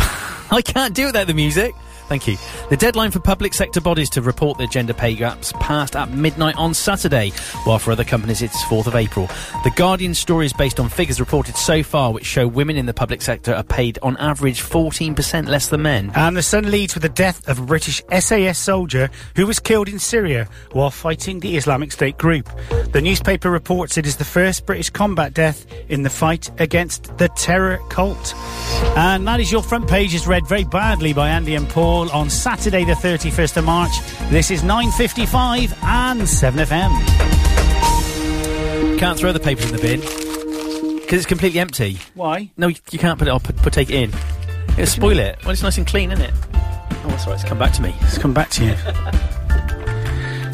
Speaker 6: I can't do without the music. Thank you. The deadline for public sector bodies to report their gender pay gaps passed at midnight on Saturday, while for other companies it's 4th of April. The Guardian story is based on figures reported so far which show women in the public sector are paid on average 14% less than men.
Speaker 5: And the Sun leads with the death of a British SAS soldier who was killed in Syria while fighting the Islamic State group. The newspaper reports it is the first British combat death in the fight against the terror cult. And that is your front page is read very badly by Andy and Paul on Saturday the 31st of March. This is 9.55 and 7FM.
Speaker 6: Can't throw the papers in the bin because it's completely empty.
Speaker 5: Why?
Speaker 6: No, you, you can't put it. I'll put, put take it in. It'll spoil it. Well, it's nice and clean, isn't it? Oh, that's all right. It's come back to me.
Speaker 5: Let's come back to you.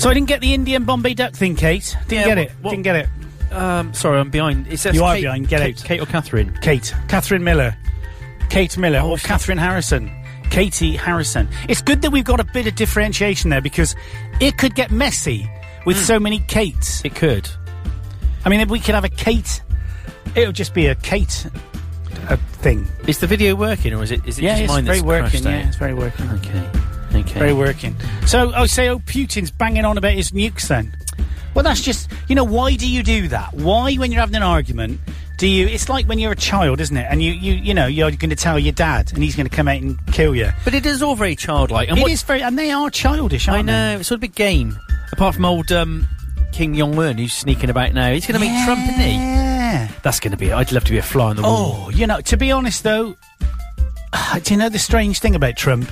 Speaker 5: so I didn't get the Indian Bombay duck thing, Kate. Didn't
Speaker 6: Yeah,
Speaker 5: get it.
Speaker 6: what- what-
Speaker 5: Didn't get it.
Speaker 6: Um, sorry, I'm behind. It says
Speaker 5: You are
Speaker 6: Kate-
Speaker 5: behind. Get
Speaker 6: Kate,
Speaker 5: out.
Speaker 6: Kate or Catherine?
Speaker 5: Kate. Catherine Miller. Kate Miller or
Speaker 6: shit.
Speaker 5: Catherine Harrison. Katie Harrison. It's good that we've got a bit of differentiation there because it could get messy with so many Kates.
Speaker 6: Hmm. It could.
Speaker 5: I mean, if we could have a Kate, it'll just be a Kate uh, thing.
Speaker 6: Is the video working, or is it? Is it
Speaker 5: Yeah,
Speaker 6: just
Speaker 5: it's
Speaker 6: mine
Speaker 5: very
Speaker 6: that's eh?
Speaker 5: working.
Speaker 6: crashed out?
Speaker 5: Yeah, it's very working.
Speaker 6: Okay. Okay.
Speaker 5: Very working. So I say, oh, Putin's banging on about his nukes then. Well, that's just, you know, why do you do that? Why, when you're having an argument, do you? It's like when you're a child, isn't it? And you, you, you know, you're going to tell your dad, and he's going to come out and kill you.
Speaker 6: But it is all very childlike. And
Speaker 5: It
Speaker 6: what,
Speaker 5: is very, and they are childish,
Speaker 6: I
Speaker 5: aren't they?
Speaker 6: know. It's sort of a big game. Apart from old um, King Jong Un, who's sneaking about now. He's going to meet Trump, isn't he?
Speaker 5: Yeah.
Speaker 6: That's going to be. I'd love to be a fly on the wall.
Speaker 5: Oh, you know, to be honest though, do you know the strange thing about Trump?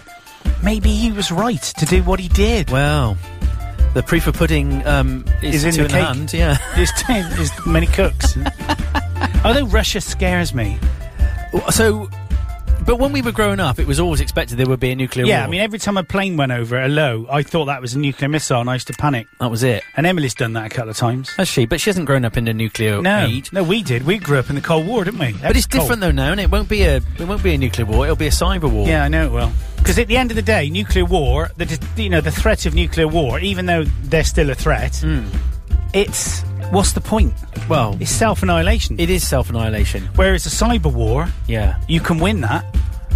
Speaker 5: Maybe he was right to do what he did.
Speaker 6: Wow. The proof of pudding um, is,
Speaker 5: Is in
Speaker 6: two
Speaker 5: the cake.
Speaker 6: in hand, yeah.
Speaker 5: There's, ten, there's many cooks. Although Russia scares me.
Speaker 6: So, but when we were growing up, it was always expected there would be a nuclear war.
Speaker 5: Yeah, I mean, every time a plane went over a low, I thought that was a nuclear missile and I used to panic.
Speaker 6: that was it.
Speaker 5: And Emily's done that a couple of times.
Speaker 6: Has she? But she hasn't grown up in a nuclear
Speaker 5: No,
Speaker 6: age.
Speaker 5: no, we did. We grew up in the Cold War, didn't we?
Speaker 6: But it's different though now, and it won't be a it won't be a nuclear war. It'll be a cyber war.
Speaker 5: Yeah, I know it will. Because at the end of the day, nuclear war, the, dis- you know, the threat of nuclear war, even though they're still a threat,
Speaker 6: Hmm.
Speaker 5: it's what's the point?
Speaker 6: Well,
Speaker 5: It's self annihilation.
Speaker 6: it is self annihilation.
Speaker 5: Whereas a cyber war,
Speaker 6: Yeah.
Speaker 5: you can win that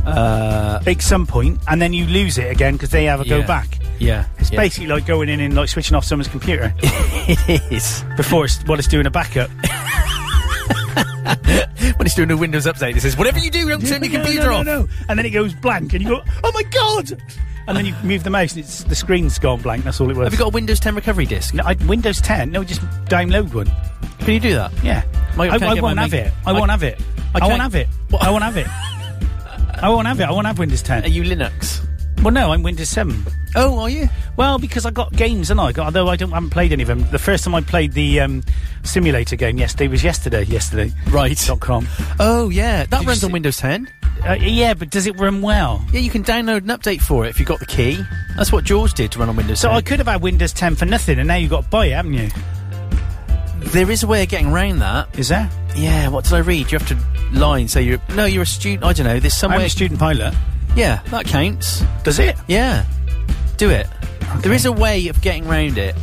Speaker 5: at some point, and then you lose it again because they have a
Speaker 6: Uh, Yeah.
Speaker 5: go back.
Speaker 6: Yeah.
Speaker 5: It's
Speaker 6: yeah.
Speaker 5: basically like going in and like switching off someone's computer
Speaker 6: It is.
Speaker 5: before it's what it's doing a backup.
Speaker 6: When it's doing a Windows update, it says whatever you do, don't turn your
Speaker 5: No,
Speaker 6: computer
Speaker 5: no, no,
Speaker 6: off.
Speaker 5: no. And then it goes blank, and you go, "Oh my god!" And then you move the mouse, and it's the screen's gone blank. That's all it was.
Speaker 6: Have you got a Windows 10 recovery disk?
Speaker 5: No, I, Windows 10? No, just download one.
Speaker 6: Can you do that?
Speaker 5: Yeah,
Speaker 6: My-
Speaker 5: I,
Speaker 6: can't
Speaker 5: I
Speaker 6: get
Speaker 5: won't
Speaker 6: my
Speaker 5: have
Speaker 6: main-
Speaker 5: it. I,
Speaker 6: I-
Speaker 5: won't have it.
Speaker 6: I
Speaker 5: I,
Speaker 6: can't-
Speaker 5: won't have it.
Speaker 6: What?
Speaker 5: I won't have it. I won't have it. I won't have Windows 10.
Speaker 6: Are you Linux?
Speaker 5: well, no, I'm Windows 7.
Speaker 6: Oh, are you?
Speaker 5: Well, because I got games, and I got although I don't haven't played any of them. The first time I played the um, simulator game yesterday was yesterday. Yesterday.
Speaker 6: Right.
Speaker 5: Dot com.
Speaker 6: Oh, yeah. That
Speaker 5: you
Speaker 6: runs on
Speaker 5: see-
Speaker 6: Windows 10.
Speaker 5: Uh, yeah, but does it run well?
Speaker 6: Yeah, you can download an update for it if you got the key. That's what George did to run on Windows.
Speaker 5: So
Speaker 6: 10.
Speaker 5: I could have had Windows 10 for nothing, and now you've got to buy it, haven't you?
Speaker 6: there is a way of getting around that.
Speaker 5: Is there?
Speaker 6: Yeah, what did I read? You have to lie and say you're no, you're a student. I don't know. There's some
Speaker 5: I'm
Speaker 6: way.
Speaker 5: a student pilot.
Speaker 6: yeah, that counts.
Speaker 5: Does it?
Speaker 6: Yeah, do it. There is a way of getting around it.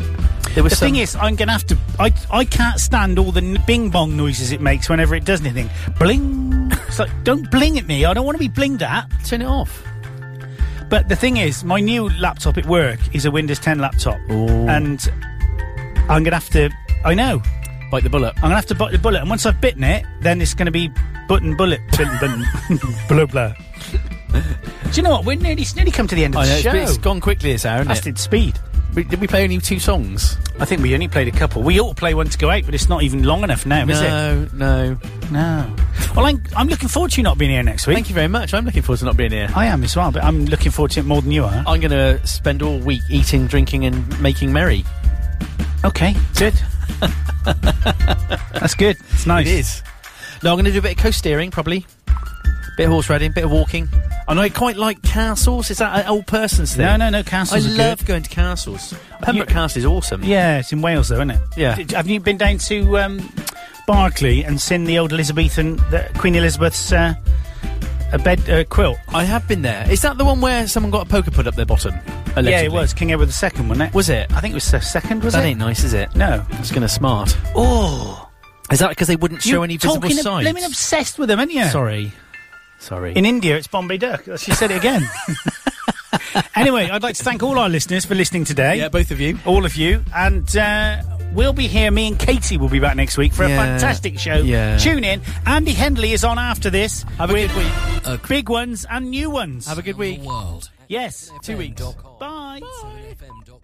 Speaker 6: There was
Speaker 5: The
Speaker 6: some,
Speaker 5: thing is, I'm going to have to. I, I can't stand all the n- bing bong noises it makes whenever it does anything. Bling. It's like, don't bling at me. I don't want to be blinged at.
Speaker 6: turn it off.
Speaker 5: But the thing is, my new laptop at work is a Windows 10 laptop. And I'm going to have to. I know.
Speaker 6: Bite the bullet.
Speaker 5: I'm going to have to bite the bullet. And once I've bitten it, then it's going to be button bullet. Button, button. blah, blah. Do you know what? We're nearly, it's nearly come to the end of
Speaker 6: I know,
Speaker 5: the
Speaker 6: it's,
Speaker 5: show.
Speaker 6: been- it's gone quickly this hour,
Speaker 5: That's
Speaker 6: hasn't it?
Speaker 5: did speed.
Speaker 6: We- Did we play only two songs?
Speaker 5: I think we only played a couple. We ought to play one to go out, but it's not even long enough now, is it?
Speaker 6: no, no.
Speaker 5: No. Well, I'm, I'm looking forward to you not being here next week.
Speaker 6: Thank you very much. I'm looking forward to not being here.
Speaker 5: I am as well, but I'm looking forward to it more than you are.
Speaker 6: I'm going to spend all week eating, drinking, and making merry.
Speaker 5: Okay, good. That's good. It's nice.
Speaker 6: It is. No, I'm going to do a bit of co-steering, probably. Bit of horse riding, bit of walking. And I quite like castles. Is that an old person's thing?
Speaker 5: No, no, no, castles
Speaker 6: I
Speaker 5: are
Speaker 6: love
Speaker 5: good.
Speaker 6: going to castles. Pembroke
Speaker 5: You-
Speaker 6: Castle is awesome.
Speaker 5: Yeah, it's in Wales, though, isn't it?
Speaker 6: Yeah.
Speaker 5: Did- have you been down to um, Barclay and seen the old Elizabethan, the Queen Elizabeth's uh, a bed uh, quilt?
Speaker 6: I have been there. Is that the one where someone got a poker put up their bottom? Allegedly?
Speaker 5: Yeah, it was King Edward II, wasn't it?
Speaker 6: Was it?
Speaker 5: I think it was the second, was
Speaker 6: That
Speaker 5: it?
Speaker 6: ain't nice, is it?
Speaker 5: No.
Speaker 6: It's going to smart. Oh. Is that because they wouldn't show
Speaker 5: You're
Speaker 6: any visible
Speaker 5: talking ab-
Speaker 6: sides?
Speaker 5: blimmin' obsessed with them, aren't you?
Speaker 6: Sorry. Sorry.
Speaker 5: In India, it's Bombay Duck. She said it again. anyway, I'd like to thank all our listeners for listening today.
Speaker 6: yeah, both of you.
Speaker 5: all of you. And uh, we'll be here. Me and Katie will be back next week for a
Speaker 6: Yeah.
Speaker 5: fantastic show.
Speaker 6: Yeah.
Speaker 5: Tune in. Andy Hendley is on after this.
Speaker 6: Have a
Speaker 5: with
Speaker 6: good week.
Speaker 5: Big ones and new ones.
Speaker 6: Have a good week.
Speaker 2: World.
Speaker 5: yes.
Speaker 6: Two weeks.
Speaker 5: Bye.
Speaker 2: Bye.